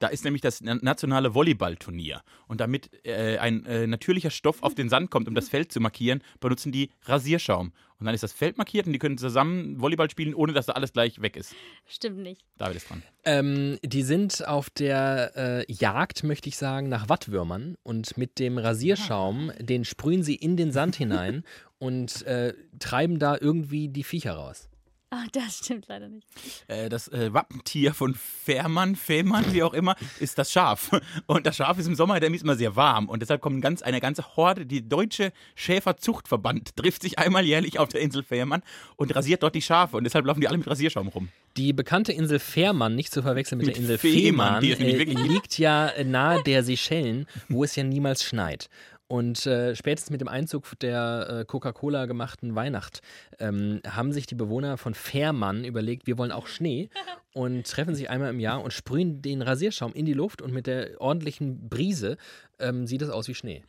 Da ist nämlich das na- nationale Volleyballturnier. Und damit äh, ein äh, natürlicher Stoff auf den Sand kommt, um das Feld zu markieren, benutzen die Rasierschaum. Und dann ist das Feld markiert und die können zusammen Volleyball spielen, ohne dass da alles gleich weg ist. Stimmt nicht. David ist dran. Ähm, die sind auf der äh, Jagd, möchte ich sagen, nach Wattwürmern und mit dem Rasierschaum, den sprühen sie in den Sand hinein und äh, treiben da irgendwie die Viecher raus. Ah, das stimmt leider nicht. Äh, das äh, Wappentier von Fährmann, Fehmarn, wie auch immer, ist das Schaf. Und das Schaf ist im Sommer nämlich immer sehr warm. Und deshalb kommen ganz, eine ganze Horde, die Deutsche Schäferzuchtverband trifft sich einmal jährlich auf der Insel Fährmann und rasiert dort die Schafe. Und deshalb laufen die alle mit Rasierschaum rum. Die bekannte Insel Fährmann, nicht zu verwechseln mit, Mit der Insel Fehmarn, Fehmarn, die es nämlich äh, wirklich liegt ja äh, nahe der Seychellen, wo es ja niemals schneit. Und äh, spätestens mit dem Einzug der äh, Coca-Cola gemachten Weihnacht ähm, haben sich die Bewohner von Fährmann überlegt, wir wollen auch Schnee und treffen sich einmal im Jahr und sprühen den Rasierschaum in die Luft und mit der ordentlichen Brise ähm, sieht es aus wie Schnee.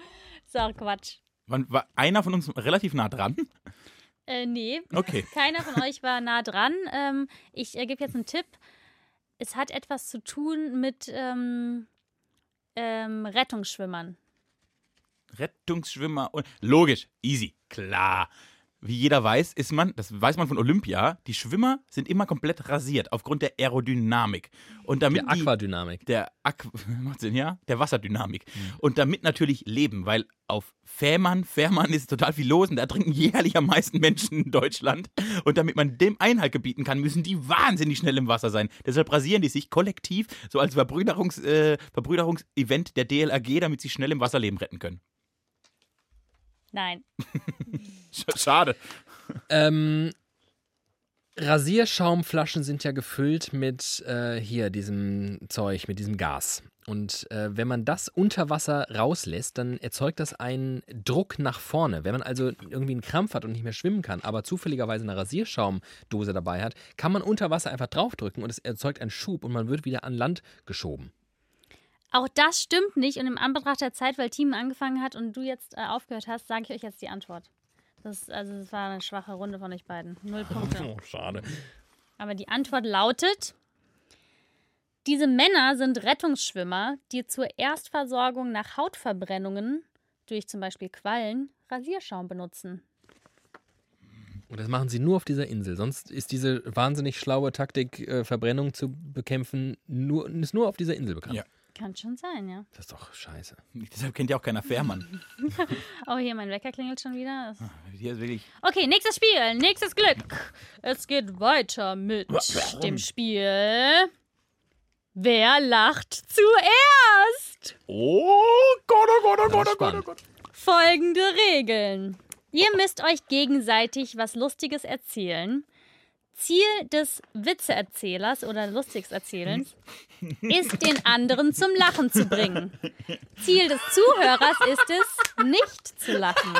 Ist auch Quatsch. Wann war einer von uns relativ nah dran? Äh, nee. Okay. Keiner von euch war nah dran. Ähm, ich äh, gebe jetzt einen Tipp. Es hat etwas zu tun mit ähm, ähm, Rettungsschwimmern. Rettungsschwimmer und. Logisch, easy, klar. Wie jeder weiß, ist man, das weiß man von Olympia, die Schwimmer sind immer komplett rasiert aufgrund der Aerodynamik. Und damit Der die- Aquadynamik. der Aqu macht Sinn, ja? Der Wasserdynamik. Und damit natürlich leben, weil auf Fährmann, Fährmann ist total viel los und da trinken jährlich am meisten Menschen in Deutschland. Und damit man dem Einhalt gebieten kann, müssen die wahnsinnig schnell im Wasser sein. Deshalb rasieren die sich kollektiv so als Verbrüderungs, äh, Verbrüderungsevent der DLRG, damit sie schnell im Wasser Leben retten können. Nein. Sch- Schade. Ähm, Rasierschaumflaschen sind ja gefüllt mit äh, hier diesem Zeug, mit diesem Gas. Und äh, wenn man das unter Wasser rauslässt, dann erzeugt das einen Druck nach vorne. Wenn man also irgendwie einen Krampf hat und nicht mehr schwimmen kann, aber zufälligerweise eine Rasierschaumdose dabei hat, kann man unter Wasser einfach draufdrücken und es erzeugt einen Schub und man wird wieder an Land geschoben. Auch das stimmt nicht. Und im Anbetracht der Zeit, weil Team angefangen hat und du jetzt äh, aufgehört hast, sage ich euch jetzt die Antwort. Das, ist- also, das war eine schwache Runde von euch beiden. Null Punkte. schade. Aber die Antwort lautet: Diese Männer sind Rettungsschwimmer, die zur Erstversorgung nach Hautverbrennungen durch zum Beispiel Quallen Rasierschaum benutzen. Und das machen sie nur auf dieser Insel. Sonst ist diese wahnsinnig schlaue Taktik, äh, Verbrennung zu bekämpfen, nur, ist nur auf dieser Insel bekannt. Ja. Kann schon sein, ja. Das ist doch scheiße. Deshalb kennt ja auch keiner Fährmann. Oh, hier, mein Wecker klingelt schon wieder. Das- Hier ist wirklich Okay, nächstes Spiel, nächstes Glück. Es geht weiter mit dem Spiel. Wer lacht zuerst? Oh Gott, oh Gott, oh Gott, oh Gott, oh spannend. Gott. Folgende Regeln. Ihr müsst euch gegenseitig was Lustiges erzählen. Ziel des Witzeerzählers oder Lustigserzählens ist, den anderen zum Lachen zu bringen. Ziel des Zuhörers ist es, nicht zu lachen.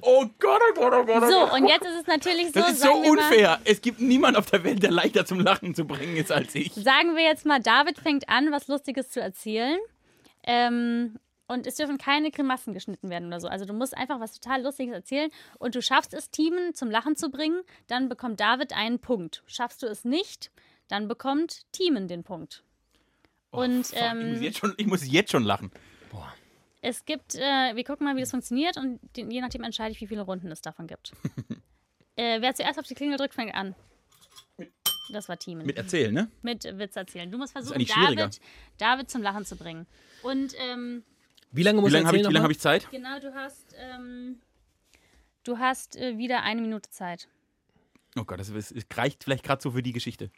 Oh Gott, oh Gott, oh Gott. oh So, Gott. und jetzt ist es natürlich so, das ist so sagen wir mal- unfair. es gibt niemanden auf der Welt, der leichter zum Lachen zu bringen ist als ich. Sagen wir jetzt mal, David fängt an, was Lustiges zu erzählen. Ähm, und es dürfen keine Grimassen geschnitten werden oder so. Also du musst einfach was total Lustiges erzählen und du schaffst es, Teamen zum Lachen zu bringen, dann bekommt David einen Punkt. Schaffst du es nicht, dann bekommt Teamen den Punkt. Und Oh, Fuck, ich, muss ähm, jetzt schon, ich muss jetzt schon lachen. es gibt, äh, wir gucken mal, wie das funktioniert und den, je nachdem entscheide ich, wie viele Runden es davon gibt. äh, wer zuerst auf die Klingel drückt, fängt an. Das war Teamen. Mit erzählen, ne? mit Witz erzählen. Du musst versuchen, eigentlich schwieriger. David, David zum Lachen zu bringen. Und ähm, Wie lange Wie muss lange habe ich, wie lange hab erzählen nochmal? ich Zeit? genau, du hast, ähm, du hast äh, wieder eine Minute Zeit. Oh Gott, das, ist, es reicht vielleicht gerade so für die Geschichte.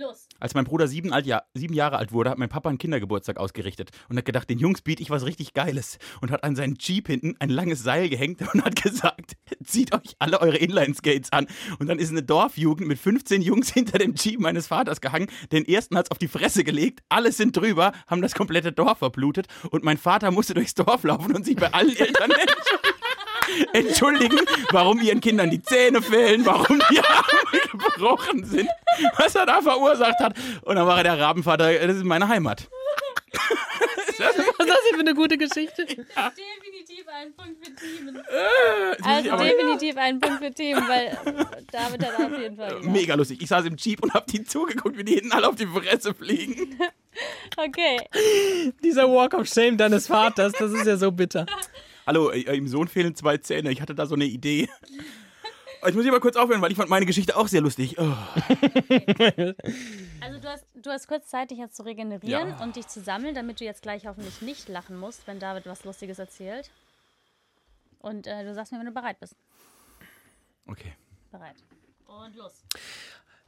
Los. Als mein Bruder sieben, alt, ja, sieben Jahre alt wurde, hat mein Papa einen Kindergeburtstag ausgerichtet und hat gedacht, den Jungs biete ich was richtig Geiles und hat an seinen Jeep hinten ein langes Seil gehängt und hat gesagt, zieht euch alle eure Inline-Skates an. Und dann ist eine Dorfjugend mit 15 Jungs hinter dem Jeep meines Vaters gehangen, den ersten hat's auf die Fresse gelegt, alle sind drüber, haben das komplette Dorf verblutet und mein Vater musste durchs Dorf laufen und sich bei allen Eltern entschuldigen, warum ihren Kindern die Zähne fehlen, warum die Arme gebrochen sind, was er da verursacht hat. Und dann war er der Rabenvater, das ist meine Heimat. Was ist das denn für eine gute Geschichte? Definitiv einen Punkt für Teamen. Äh, Jetzt muss ich Also aber- definitiv einen Punkt für Teamen, weil äh, David hat auf jeden Fall. Gemacht. Mega lustig. Ich saß im Jeep und hab die zugeguckt, wie die hinten alle auf die Fresse fliegen. Okay. Dieser Walk of Shame deines Vaters, das ist ja so bitter. Hallo, äh, im Sohn fehlen zwei Zähne. Ich hatte da so eine Idee. Ich muss hier mal kurz aufhören, weil ich fand meine Geschichte auch sehr lustig. Oh. Also du hast, du hast kurz Zeit, dich jetzt zu regenerieren Ja. und dich zu sammeln, damit du jetzt gleich hoffentlich nicht lachen musst, wenn David was Lustiges erzählt. Und äh, du sagst mir, wenn du bereit bist. Okay. Bereit. Und los.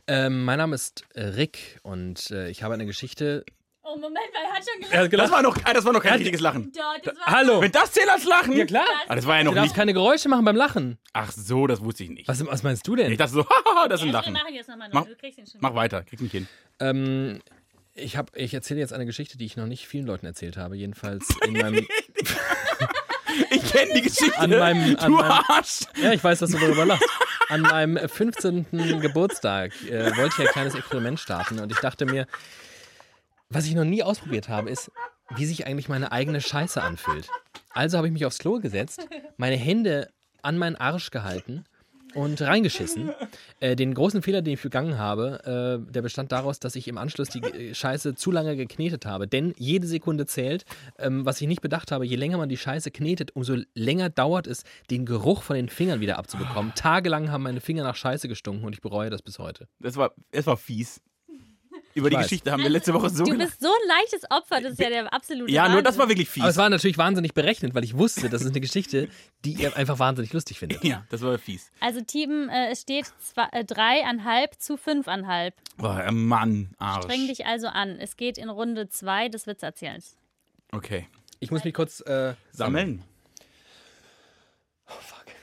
Ähm, mein Name ist äh, Rick und äh, ich habe eine Geschichte. Oh, Moment, weil er hat schon Er gelacht. hat Das gelacht. war noch, ah, das war noch kein richtiges Lachen. Dort, das war Hallo! Wenn das zählt als Lachen. Ja, klar. Ah, das war ja noch Du darfst nicht. keine Geräusche machen beim Lachen. Ach so, das wusste ich nicht. Was, was meinst du denn? Ich dachte so, haha, das ist Ja, Wir ein Lachen. machen jetzt nochmal Mach- noch. Du kriegst ihn schon. Mach weiter, krieg mich hin. Ähm, ich, hab, ich erzähle jetzt eine Geschichte, die ich noch nicht vielen Leuten erzählt habe. Jedenfalls in meinem. Ich kenne die Geschichte. An meinem- an du meinem- Arsch. Ja, ich weiß, dass du darüber lachst. An meinem 15. Geburtstag äh, wollte ich ein kleines Experiment starten und ich dachte mir, was ich noch nie ausprobiert habe, ist, wie sich eigentlich meine eigene Scheiße anfühlt. Also habe ich mich aufs Klo gesetzt, meine Hände an meinen Arsch gehalten und reingeschissen. Äh, den großen Fehler, den ich begangen habe, äh, der bestand daraus, dass ich im Anschluss die äh, Scheiße zu lange geknetet habe. Denn jede Sekunde zählt. Ähm, was ich nicht bedacht habe, je länger man die Scheiße knetet, umso länger dauert es, den Geruch von den Fingern wieder abzubekommen. Tagelang haben meine Finger nach Scheiße gestunken und ich bereue das bis heute. Das war, es war fies. Über die weiß. Geschichte haben wir letzte Woche so Du gelacht. bist so ein leichtes Opfer, das ist ja der absolute Genau. Ja, nur das war Wahnsinn. wirklich Aber es fies. war natürlich wahnsinnig berechnet, weil ich wusste, das ist eine Geschichte, die ihr einfach wahnsinnig lustig findet. Ja, das war fies. Also Team, äh, es steht zwei, äh, dreieinhalb zu fünfeinhalb. Boah, äh, Mann, Arsch. Streng dich also an. Es geht in Runde zwei des Witzerzählens. Okay. Ich muss mich kurz äh, Sammeln.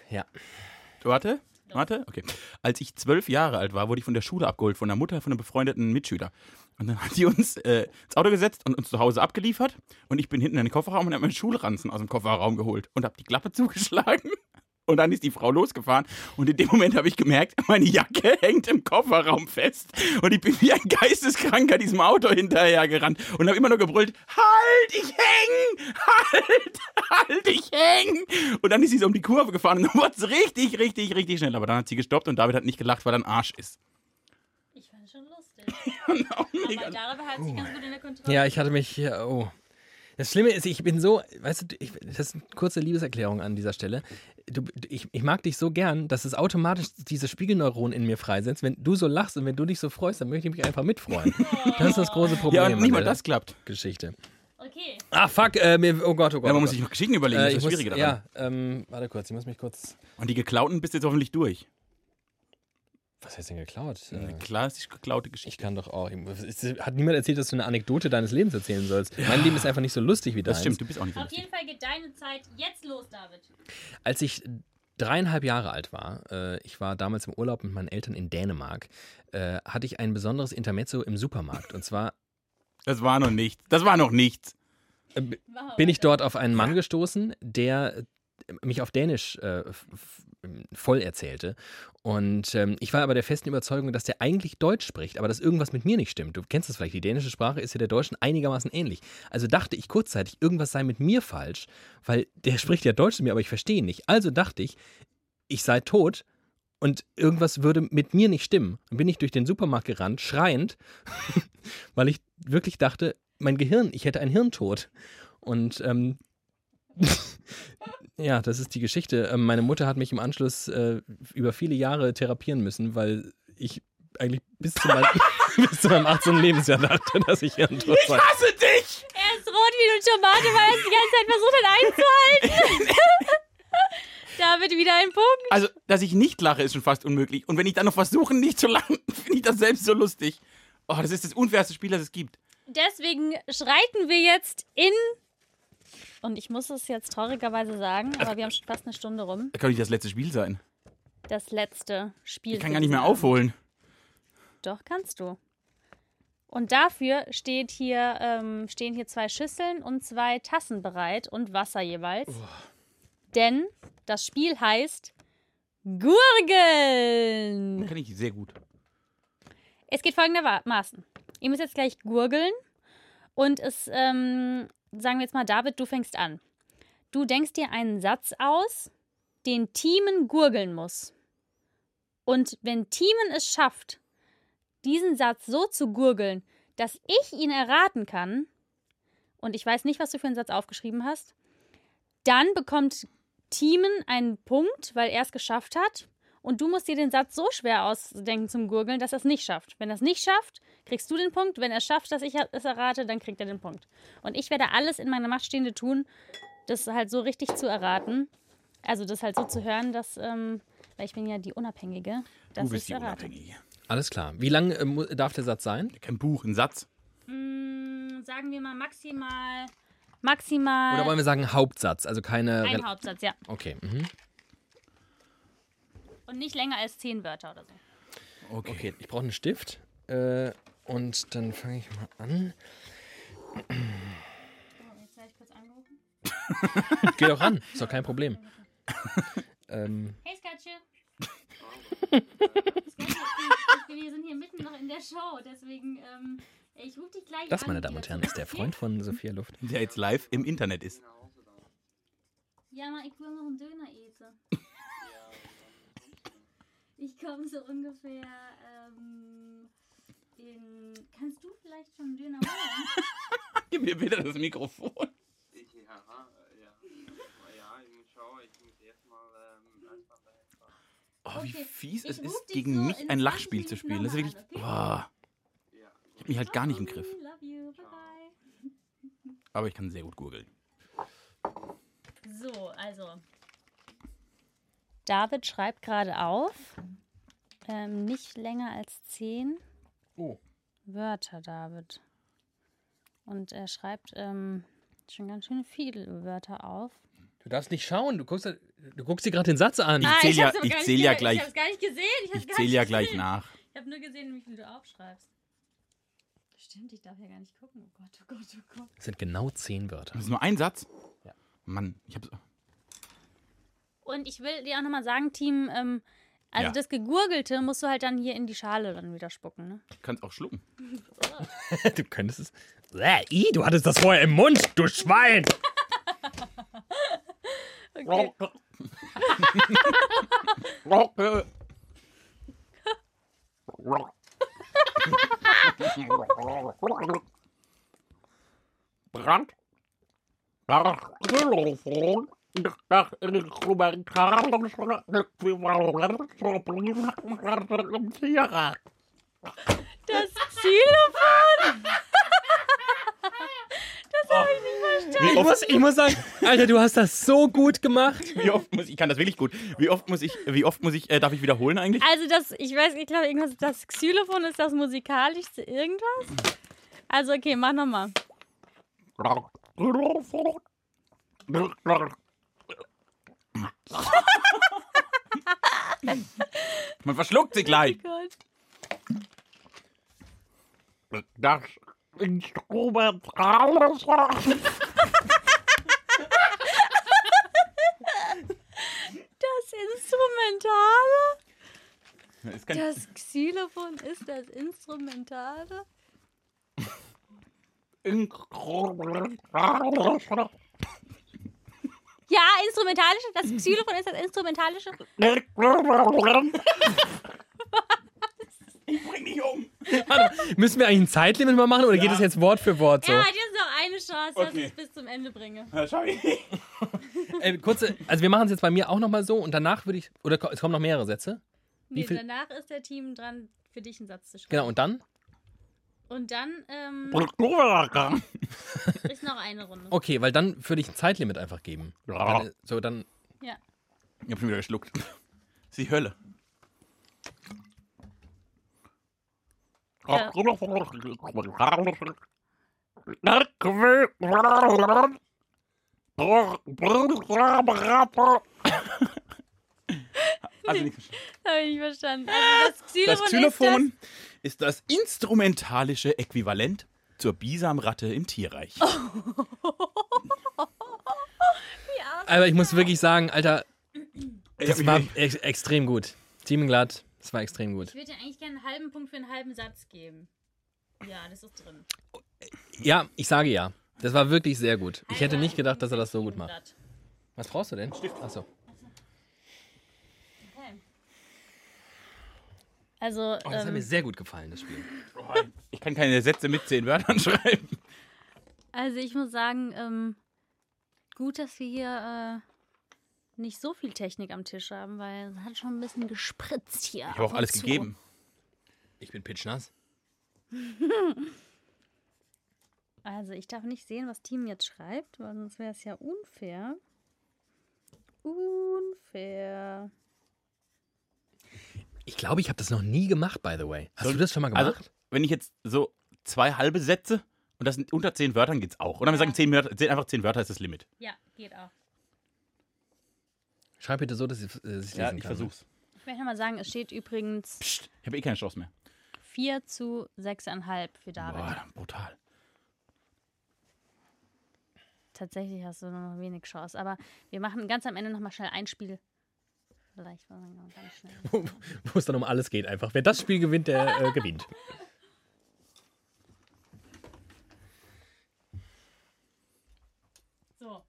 Ja. Warte, warte, okay. Als ich zwölf Jahre alt war, wurde ich von der Schule abgeholt, von der Mutter, von einem befreundeten Mitschüler. Und dann hat die uns äh, ins Auto gesetzt und uns zu Hause abgeliefert. Und ich bin hinten in den Kofferraum und habe meinen Schulranzen aus dem Kofferraum geholt und habe die Klappe zugeschlagen. Und dann ist die Frau losgefahren und in dem Moment habe ich gemerkt, meine Jacke hängt im Kofferraum fest und ich bin wie ein Geisteskranker diesem Auto hinterhergerannt und habe immer nur gebrüllt, halt, ich häng, halt, halt, ich häng. Und dann ist sie so um die Kurve gefahren und dann wurde es richtig, richtig, richtig schnell. Aber dann hat sie gestoppt und David hat nicht gelacht, weil er ein Arsch ist. Ich fand schon lustig. Aber darüber hat sich Oh. ganz gut in der Kontrolle. Ja, ich hatte mich. ja, Oh. Das Schlimme ist, ich bin so, weißt du, ich, das ist eine kurze Liebeserklärung an dieser Stelle. Du, ich, ich mag dich so gern, dass es automatisch diese Spiegelneuronen in mir freisetzt. Wenn du so lachst und wenn du dich so freust, dann möchte ich mich einfach mitfreuen. Das ist das große Problem. Ja, und nicht mal an der das klappt. Geschichte. Okay. Ah, fuck, äh, mir, oh Gott, oh Gott. Ja, man oh muss Gott. sich noch Geschichten überlegen, äh, das ich ist das muss, Schwierige daran. Ja, ähm, warte kurz, ich muss mich kurz. Und die Geklauten bist jetzt hoffentlich durch. Was heißt denn geklaut? Äh, Eine klassisch geklaute Geschichte. Ich kann doch auch. Es hat niemand erzählt, dass du eine Anekdote deines Lebens erzählen sollst. Mein Leben ist einfach nicht so lustig wie deins. Das stimmt, du bist auch nicht so Auf lustig. jeden Fall geht deine Zeit jetzt los, David. Als ich dreieinhalb Jahre alt war, äh, ich war damals im Urlaub mit meinen Eltern in Dänemark, äh, hatte ich ein besonderes Intermezzo im Supermarkt. Und zwar Das war noch nichts. Das war noch nichts. Wow. bin ich dort auf einen Mann gestoßen, der äh, mich auf Dänisch äh, f- f- voll erzählte. Und ähm, ich war aber der festen Überzeugung, dass der eigentlich Deutsch spricht, aber dass irgendwas mit mir nicht stimmt. Du kennst das vielleicht, die dänische Sprache ist ja der deutschen einigermaßen ähnlich. Also dachte ich kurzzeitig, irgendwas sei mit mir falsch, weil der spricht ja Deutsch zu mir, aber ich verstehe ihn nicht. Also dachte ich, ich sei tot und irgendwas würde mit mir nicht stimmen. Dann bin ich durch den Supermarkt gerannt, schreiend, weil ich wirklich dachte, mein Gehirn, ich hätte einen Hirntod. Und ähm, ja, das ist die Geschichte. Ähm, Meine Mutter hat mich im Anschluss äh, über viele Jahre therapieren müssen, weil ich eigentlich bis zu, mein, bis zu meinem 18. Lebensjahr dachte, dass ich Hirntod sei. Hasse dich! Er ist rot wie eine Tomate, weil er es die ganze Zeit versucht hat einzuhalten. David wieder ein Punkt. Also, dass ich nicht lache, ist schon fast unmöglich. Und wenn ich dann noch versuche, nicht zu lachen, finde ich das selbst so lustig. Oh, das ist das unfairste Spiel, das es gibt. Deswegen schreiten wir jetzt in. Und ich muss es jetzt traurigerweise sagen, aber wir haben schon fast eine Stunde rum. Da kann nicht das letzte Spiel sein. Das letzte Spiel. Ich kann gar nicht mehr aufholen. Doch, kannst du. Und dafür steht hier, ähm, stehen hier zwei Schüsseln und zwei Tassen bereit und Wasser jeweils. Denn das Spiel heißt Gurgeln. Kann ich sehr gut. Es geht folgendermaßen. Ihr müsst jetzt gleich gurgeln und es, ähm, sagen wir jetzt mal, David, du fängst an. Du denkst dir einen Satz aus, den Teamen gurgeln muss. Und wenn Teamen es schafft, diesen Satz so zu gurgeln, dass ich ihn erraten kann, und ich weiß nicht, was du für einen Satz aufgeschrieben hast, dann bekommt Teamen einen Punkt, weil er es geschafft hat. Und du musst dir den Satz so schwer ausdenken zum Gurgeln, dass er es nicht schafft. Wenn er es nicht schafft, kriegst du den Punkt. Wenn er es schafft, dass ich es errate, dann kriegt er den Punkt. Und ich werde alles in meiner Macht Stehende tun, das halt so richtig zu erraten. Also das halt so zu hören, dass, ähm, weil ich bin ja die Unabhängige, dass Du bist ich die es errate. Unabhängige. Alles klar. Wie lang äh, mu- darf der Satz sein? Kein Buch, ein Satz. Mm, sagen wir mal maximal, maximal Oder wollen wir sagen Hauptsatz? Also keine. ein Re- Hauptsatz, ja. Okay. Mhm. Und nicht länger als zehn Wörter oder so. Okay. Okay, ich brauche einen Stift. Äh, und dann fange ich mal an. Jetzt werde ich kurz angerufen. Geh doch ran, ist doch kein Problem. ähm, Hey Skatsche! Skatsche, ich bin- wir sind hier mitten noch in der Show, deswegen, ähm, ich rufe dich gleich das, an. meine Damen und Herren, ist der Freund von Sophia Luft. Der jetzt live im Internet ist. Ja, Mann, ich will noch einen Döner essen. Ich komme so ungefähr, ähm, in... Kannst du vielleicht schon einen Döner holen? Gib mir bitte das Mikrofon. Ja, ja. Ja, ich muss schauen, ich muss erstmal ähm, einfach Oh, wie Okay, fies es ich ruf ist, dich gegen so mich in ein 20 Lachspiel zu Minuten spielen. Das ist nochmal wirklich. Oh, ich an, habe mich halt gar nicht im Griff. Love you, bye bye. Aber ich kann sehr gut googeln. So, also. David schreibt gerade auf. Ähm, nicht länger als zehn Oh. Wörter, David. Und er schreibt ähm, schon ganz schön viele Wörter auf. Du darfst nicht schauen, du guckst, du guckst dir gerade den Satz an. Ich zähl ja, hab's aber ich gar nicht zähl gesehen. Ah, ja Ich gleich. hab's gar nicht gesehen. Ich, hab's Ich gar zähle nicht ja gleich gesehen. nach. Ich habe nur gesehen, wie viel du aufschreibst. Stimmt, ich darf ja gar nicht gucken. Oh Gott, oh Gott, oh Gott. Das sind genau zehn Wörter. Das ist nur ein Satz. Ja. Mann, ich hab's. Und ich will dir auch nochmal sagen, Team, ähm, also Ja. das Gegurgelte musst du halt dann hier in die Schale dann wieder spucken, ne? Ich kann's auch schlucken. Du könntest es. Bäh, i, du hattest das vorher im Mund, du Schwein! Äh, Brand. Das Xylophon! Wie oft muss, ich muss sagen, Alter, du hast das so gut gemacht. Wie oft muss ich, ich kann das wirklich gut. Wie oft muss ich, wie oft muss ich, äh, darf ich wiederholen eigentlich? Also das, ich weiß, ich glaube, irgendwas, das Xylophon ist das musikalischste irgendwas. Also okay, mach nochmal. Man verschluckt sich gleich. Gut. Das Instrument raus. Das Instrumentale. Es kann- Das Xylophon ist das Instrumentale. Instrument raus. Ja, instrumentalische. Das Xylophon ist das instrumentalische. Ich bring dich um. Müssen wir eigentlich ein Zeitlimit mal machen oder geht das jetzt Wort für Wort so? Ja, Ah, jetzt noch eine Chance, dass Okay. ich es bis zum Ende bringe. Na, schau ich. Äh, kurze, also wir machen es jetzt bei mir auch nochmal so und danach würde ich, oder ko- es kommen noch mehrere Sätze. Nee, viel- danach ist der Team dran, für dich einen Satz zu schreiben. Genau, und dann? Und dann ähm, ist noch eine Runde. Okay, weil dann würde ich ein Zeitlimit einfach geben. Ja. Dann, äh, So, dann, Ja. Ich hab schon wieder geschluckt. Das ist die Hölle. Ja. Also nicht verstanden. Habe ich nicht verstanden. Also das Xylophon, Das Xylophon ist das instrumentalische Äquivalent zur Bisamratte im Tierreich. Oh. aber ich muss wirklich sagen, Alter, Ich hab das mich war wirklich- ex extrem gut. Team glatt, das war extrem Ich gut. würde dir eigentlich gerne einen halben Punkt für einen halben Satz geben. Ja, das ist drin. Ja, ich sage ja. Das war wirklich sehr gut. Ich hätte nicht gedacht, dass er das so gut macht. Was brauchst du denn? Achso. Also, Oh, das hat mir ähm, sehr gut gefallen, das Spiel. ich kann keine Sätze mit zehn Wörtern schreiben. also ich muss sagen, ähm, gut, dass wir hier äh, nicht so viel Technik am Tisch haben, weil es hat schon ein bisschen gespritzt hier. Ich habe auch alles gegeben. Ich bin pitchnass. Also ich darf nicht sehen, was Team jetzt schreibt, weil sonst wäre es ja unfair. Unfair. Ich glaube, ich habe das noch nie gemacht, by the way. Hast du das schon mal Also, gemacht? wenn ich jetzt so zwei halbe Sätze und das sind unter zehn Wörtern geht's auch. Oder wir sagen zehn Wörter, zehn, einfach zehn Wörter ist das Limit. Ja, geht auch. Schreib Schreib bitte so, dass ich äh, sich lesen Ja, kann. ich versuch's. Ich möchte nochmal sagen, es steht übrigens Psst, ich habe eh keine Chance mehr. 4 zu 6,5 für David. Boah, dann brutal. Tatsächlich hast du nur noch wenig Chance. Aber wir machen ganz am Ende nochmal schnell ein Spiel. Vielleicht wollen wir noch ganz schnell. Wo es dann um alles geht einfach. Wer das Spiel gewinnt, der äh, gewinnt. So.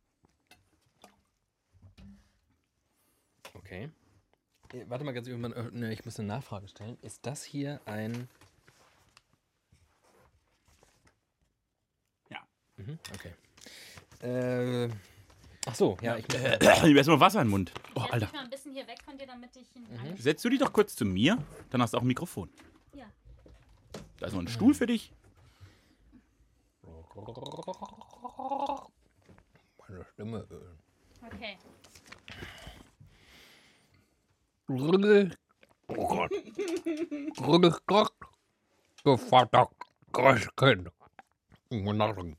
Okay. Äh, Warte mal ganz irgendwann. äh, Ne, ich muss eine Nachfrage stellen. Ist das hier ein. Ja. Mhm, okay. Äh, ach so, ja, ich muss. Ich hab erstmal Wasser im Mund. Oh, Lass Alter. Mhm. mich mal ein bisschen hier weg von dir, damit ich ihn Setz du dich doch kurz zu mir, dann hast du auch ein Mikrofon. Ja. Da ist noch ein Stuhl für dich. Meine Stimme. Okay. Äh. Oh Gott. Grüß Gott. Du Vater. Grüß Kind. Guten Abend.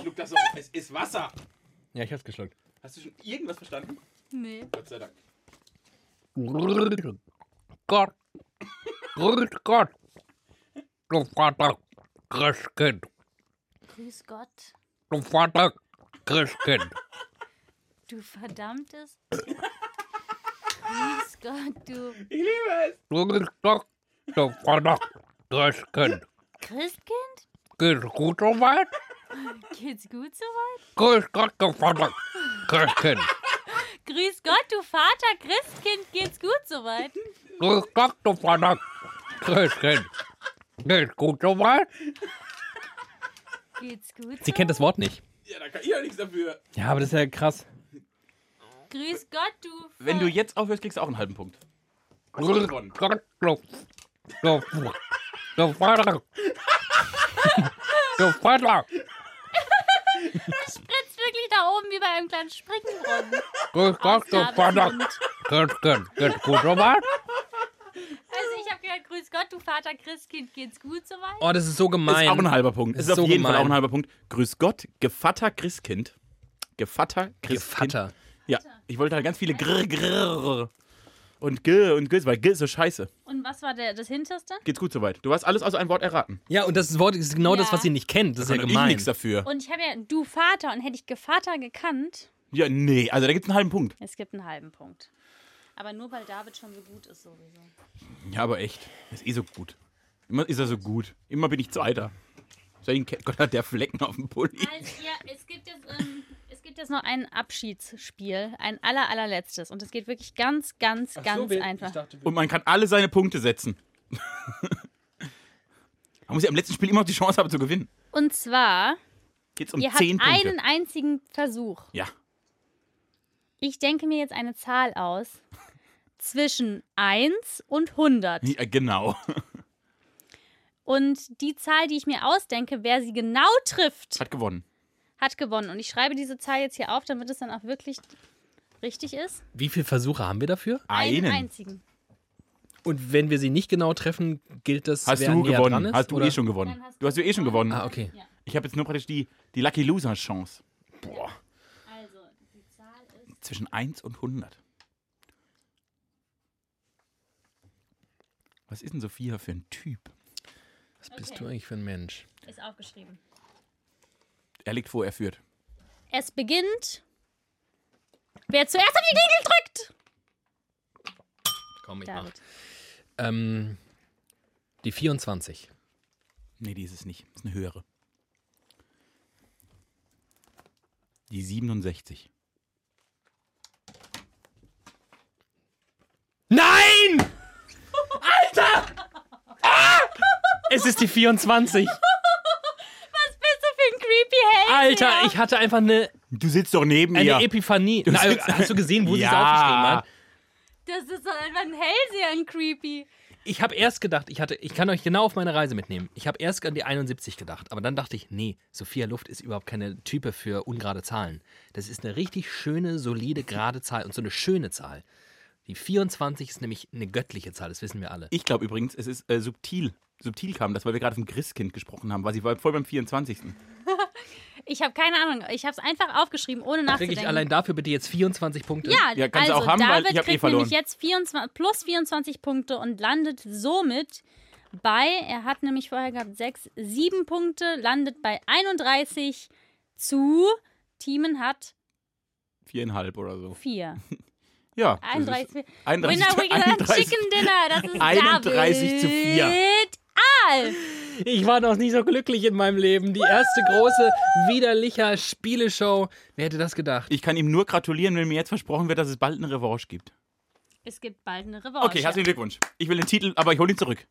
Schluck das auf. Es ist Wasser. Ja, ich hab's geschluckt. Hast du schon irgendwas verstanden? Nee. Gott sei Dank. Grüß Gott. Grüß Gott. Du Vater. Grüß Kind. Grüß Gott, Du Vater. Grüß Kind. du verdammtes. Grüß Gott, du Grüß Gott. Du Vater. Grüß Kind. Christkind? Geht's gut soweit? Geht's gut soweit? Grüß Gott, du Vater. Grüß Kind. Grüß Gott, du Vater Christkind, geht's gut soweit? Grüß Gott, du Vater. Grüß Kind. Geht's gut soweit? Geht's gut Sie kennt das Wort nicht. Ja, da kann ich ja nichts dafür. Ja, aber das ist ja krass. soweit? Grüß Gott, du. Wenn du jetzt aufhörst, kriegst du auch einen halben Punkt. Grüß Gott, du, du, du Vater. Du Vater. Das spritzt wirklich da oben wie bei einem kleinen Springbrunnen. Grüß Gott, du Vater. Ausgabefund. Gut, gut, gut, gut, Robert. Also ich habe gehört, grüß Gott, du Vater Christkind, geht's gut soweit? Oh, das ist so Ist gemein. auch ein halber Punkt. Ist Ist, ist so auf jeden Fall gemein. auch ein halber Punkt. Grüß Gott, Gevatter Christkind. Gevatter Christkind. Gevatter. Ja, ich wollte halt ganz viele Grrr, Grrr und G und G, weil G ist so scheiße. Und was war der, das hinterste? Geht's gut soweit. Du hast alles aus einem Wort erraten. Ja, und das Wort ist genau das, Ja. was ihr nicht kennt. Das ist ja Kann gemein. Ich nichts dafür. Und ich habe ja du Vater und hätte ich Gevatter gekannt, Ja, nee, also da gibt's einen halben Punkt. es gibt einen halben Punkt. Aber nur weil David schon so gut ist sowieso. Ja, aber echt. Das ist eh so gut. Immer ist er so gut. Immer bin ich Zweiter. Sein Ke- Gott hat der Flecken auf dem Pulli. Also ja, es gibt jetzt, ähm, es gibt jetzt noch ein Abschiedsspiel, ein aller allerletztes. Und es geht wirklich ganz, ganz, ganz einfach. Und man kann alle seine Punkte setzen. man muss ja im letzten Spiel immer noch die Chance haben zu gewinnen. Und zwar, Geht's um ihr habt 10 Punkte. einen einzigen Versuch. Ja. Ich denke mir jetzt eine Zahl aus zwischen 1 und 100. ja, genau. Und die Zahl, die ich mir ausdenke, wer sie genau trifft, Hat gewonnen. hat gewonnen. Und ich schreibe diese Zahl jetzt hier auf, damit es dann auch wirklich richtig ist. Wie viele Versuche haben wir dafür? Einen Einen. einzigen. Und wenn wir sie nicht genau treffen, gilt das, Hast wer du näher dran gewonnen? ist? Hast du oder? eh schon gewonnen? Dann hast Du hast du eh schon gewonnen. Ah, okay. Ja, Ich habe jetzt nur praktisch die, die Lucky Loser Chance. also die Zahl ist. Zwischen 1 und 100. Was ist denn Sophia für ein Typ? Was bist du eigentlich für ein Mensch? Ist aufgeschrieben. Er liegt vor, er führt. Es beginnt. Wer zuerst auf die Klingel drückt! Komm, ich mach. David. Ähm, die 24. Nee, die ist es nicht. Das ist eine höhere. Die 67. Nein! Alter! Ah! Es ist die 24. Was bist du für ein creepy Hate? Alter, ich hatte einfach eine, Du sitzt doch neben eine mir. Epiphanie. Na, sitzt- hast du gesehen, wo sie es Ja. aufgeschrieben hat? Das ist doch einfach ein Hellseher, ein creepy. Ich habe erst gedacht, ich hatte, ich kann euch genau auf meine Reise mitnehmen. Ich habe erst an die 71 gedacht, aber dann dachte ich, nee, Sophia Luft ist überhaupt keine Type für ungerade Zahlen. Das ist eine richtig schöne, solide, gerade Zahl und so eine schöne Zahl. Die 24 ist nämlich eine göttliche Zahl, das wissen wir alle. Ich glaube übrigens, es ist äh, subtil. Subtil kam das, weil wir gerade vom Christkind gesprochen haben, weil sie war voll beim 24. Ich habe keine Ahnung. Ich habe es einfach aufgeschrieben, ohne nachzudenken. Kriege ich allein dafür bitte jetzt 24 Punkte? Ja, Ja, kannst also du auch haben, weil David ich hab eh kriegt verloren. nämlich jetzt 24, plus 24 Punkte und landet somit bei, er hat nämlich vorher gehabt 6, 7 Punkte, landet bei 31 zu Thiemen hat Viereinhalb oder so. 4. Ja. das ist 31, 31, Winner, we can have 31 Chicken Dinner, das ist 31 David. zu 4. Al. Ich war noch nie so glücklich in meinem Leben. Die erste große, widerliche Spieleshow. Wer hätte das gedacht? Ich kann ihm nur gratulieren, wenn mir jetzt versprochen wird, dass es bald eine Revanche gibt. Es gibt bald eine Oh, Revanche. Okay, herzlichen Glückwunsch. Ich will den Titel, aber ich hole ihn zurück.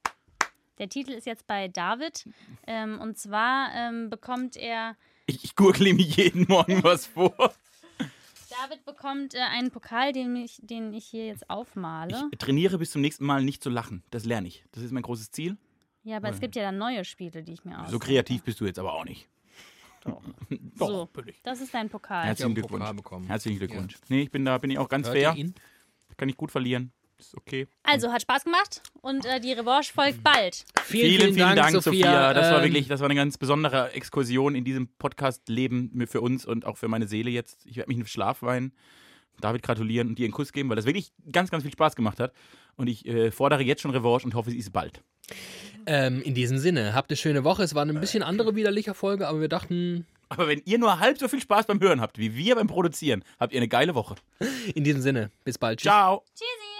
Der Titel ist jetzt bei David ähm, und zwar ähm, bekommt er Ich, ich gurgle ihm jeden Morgen was vor. David bekommt äh, einen Pokal, den ich, den ich hier jetzt aufmale. Ich trainiere bis zum nächsten Mal nicht zu lachen. Das lerne ich. Das ist mein großes Ziel. Ja, aber es gibt ja dann neue Spiele, die ich mir aus. Also. So kreativ bist du jetzt aber auch nicht. Doch. So. natürlich. Das ist dein Pokal. Herzlichen Ich hab einen Pokal Glückwunsch. bekommen. Herzlichen Glückwunsch. Nee, ich bin da, bin ich auch ganz Hört fair. ihr ihn? Kann ich gut verlieren. Ist okay. Also, hat Spaß gemacht und äh, die Revanche folgt bald. Vielen, vielen, Dank, Sophia. Das war Ähm, wirklich, das war eine ganz besondere Exkursion in diesem Podcast-Leben mir- für uns und auch für meine Seele jetzt. Ich werde mich in den Schlaf weinen, David gratulieren und dir einen Kuss geben, weil das wirklich ganz, ganz viel Spaß gemacht hat. Und ich äh, fordere jetzt schon Revanche und hoffe, sie ist bald. Ähm, in diesem Sinne, habt eine schöne Woche. Es war eine ein bisschen andere widerliche Folge, aber wir dachten, Aber wenn ihr nur halb so viel Spaß beim Hören habt, wie wir beim Produzieren, habt ihr eine geile Woche. in diesem Sinne, bis bald. Tschüss. Ciao! Tschüssi.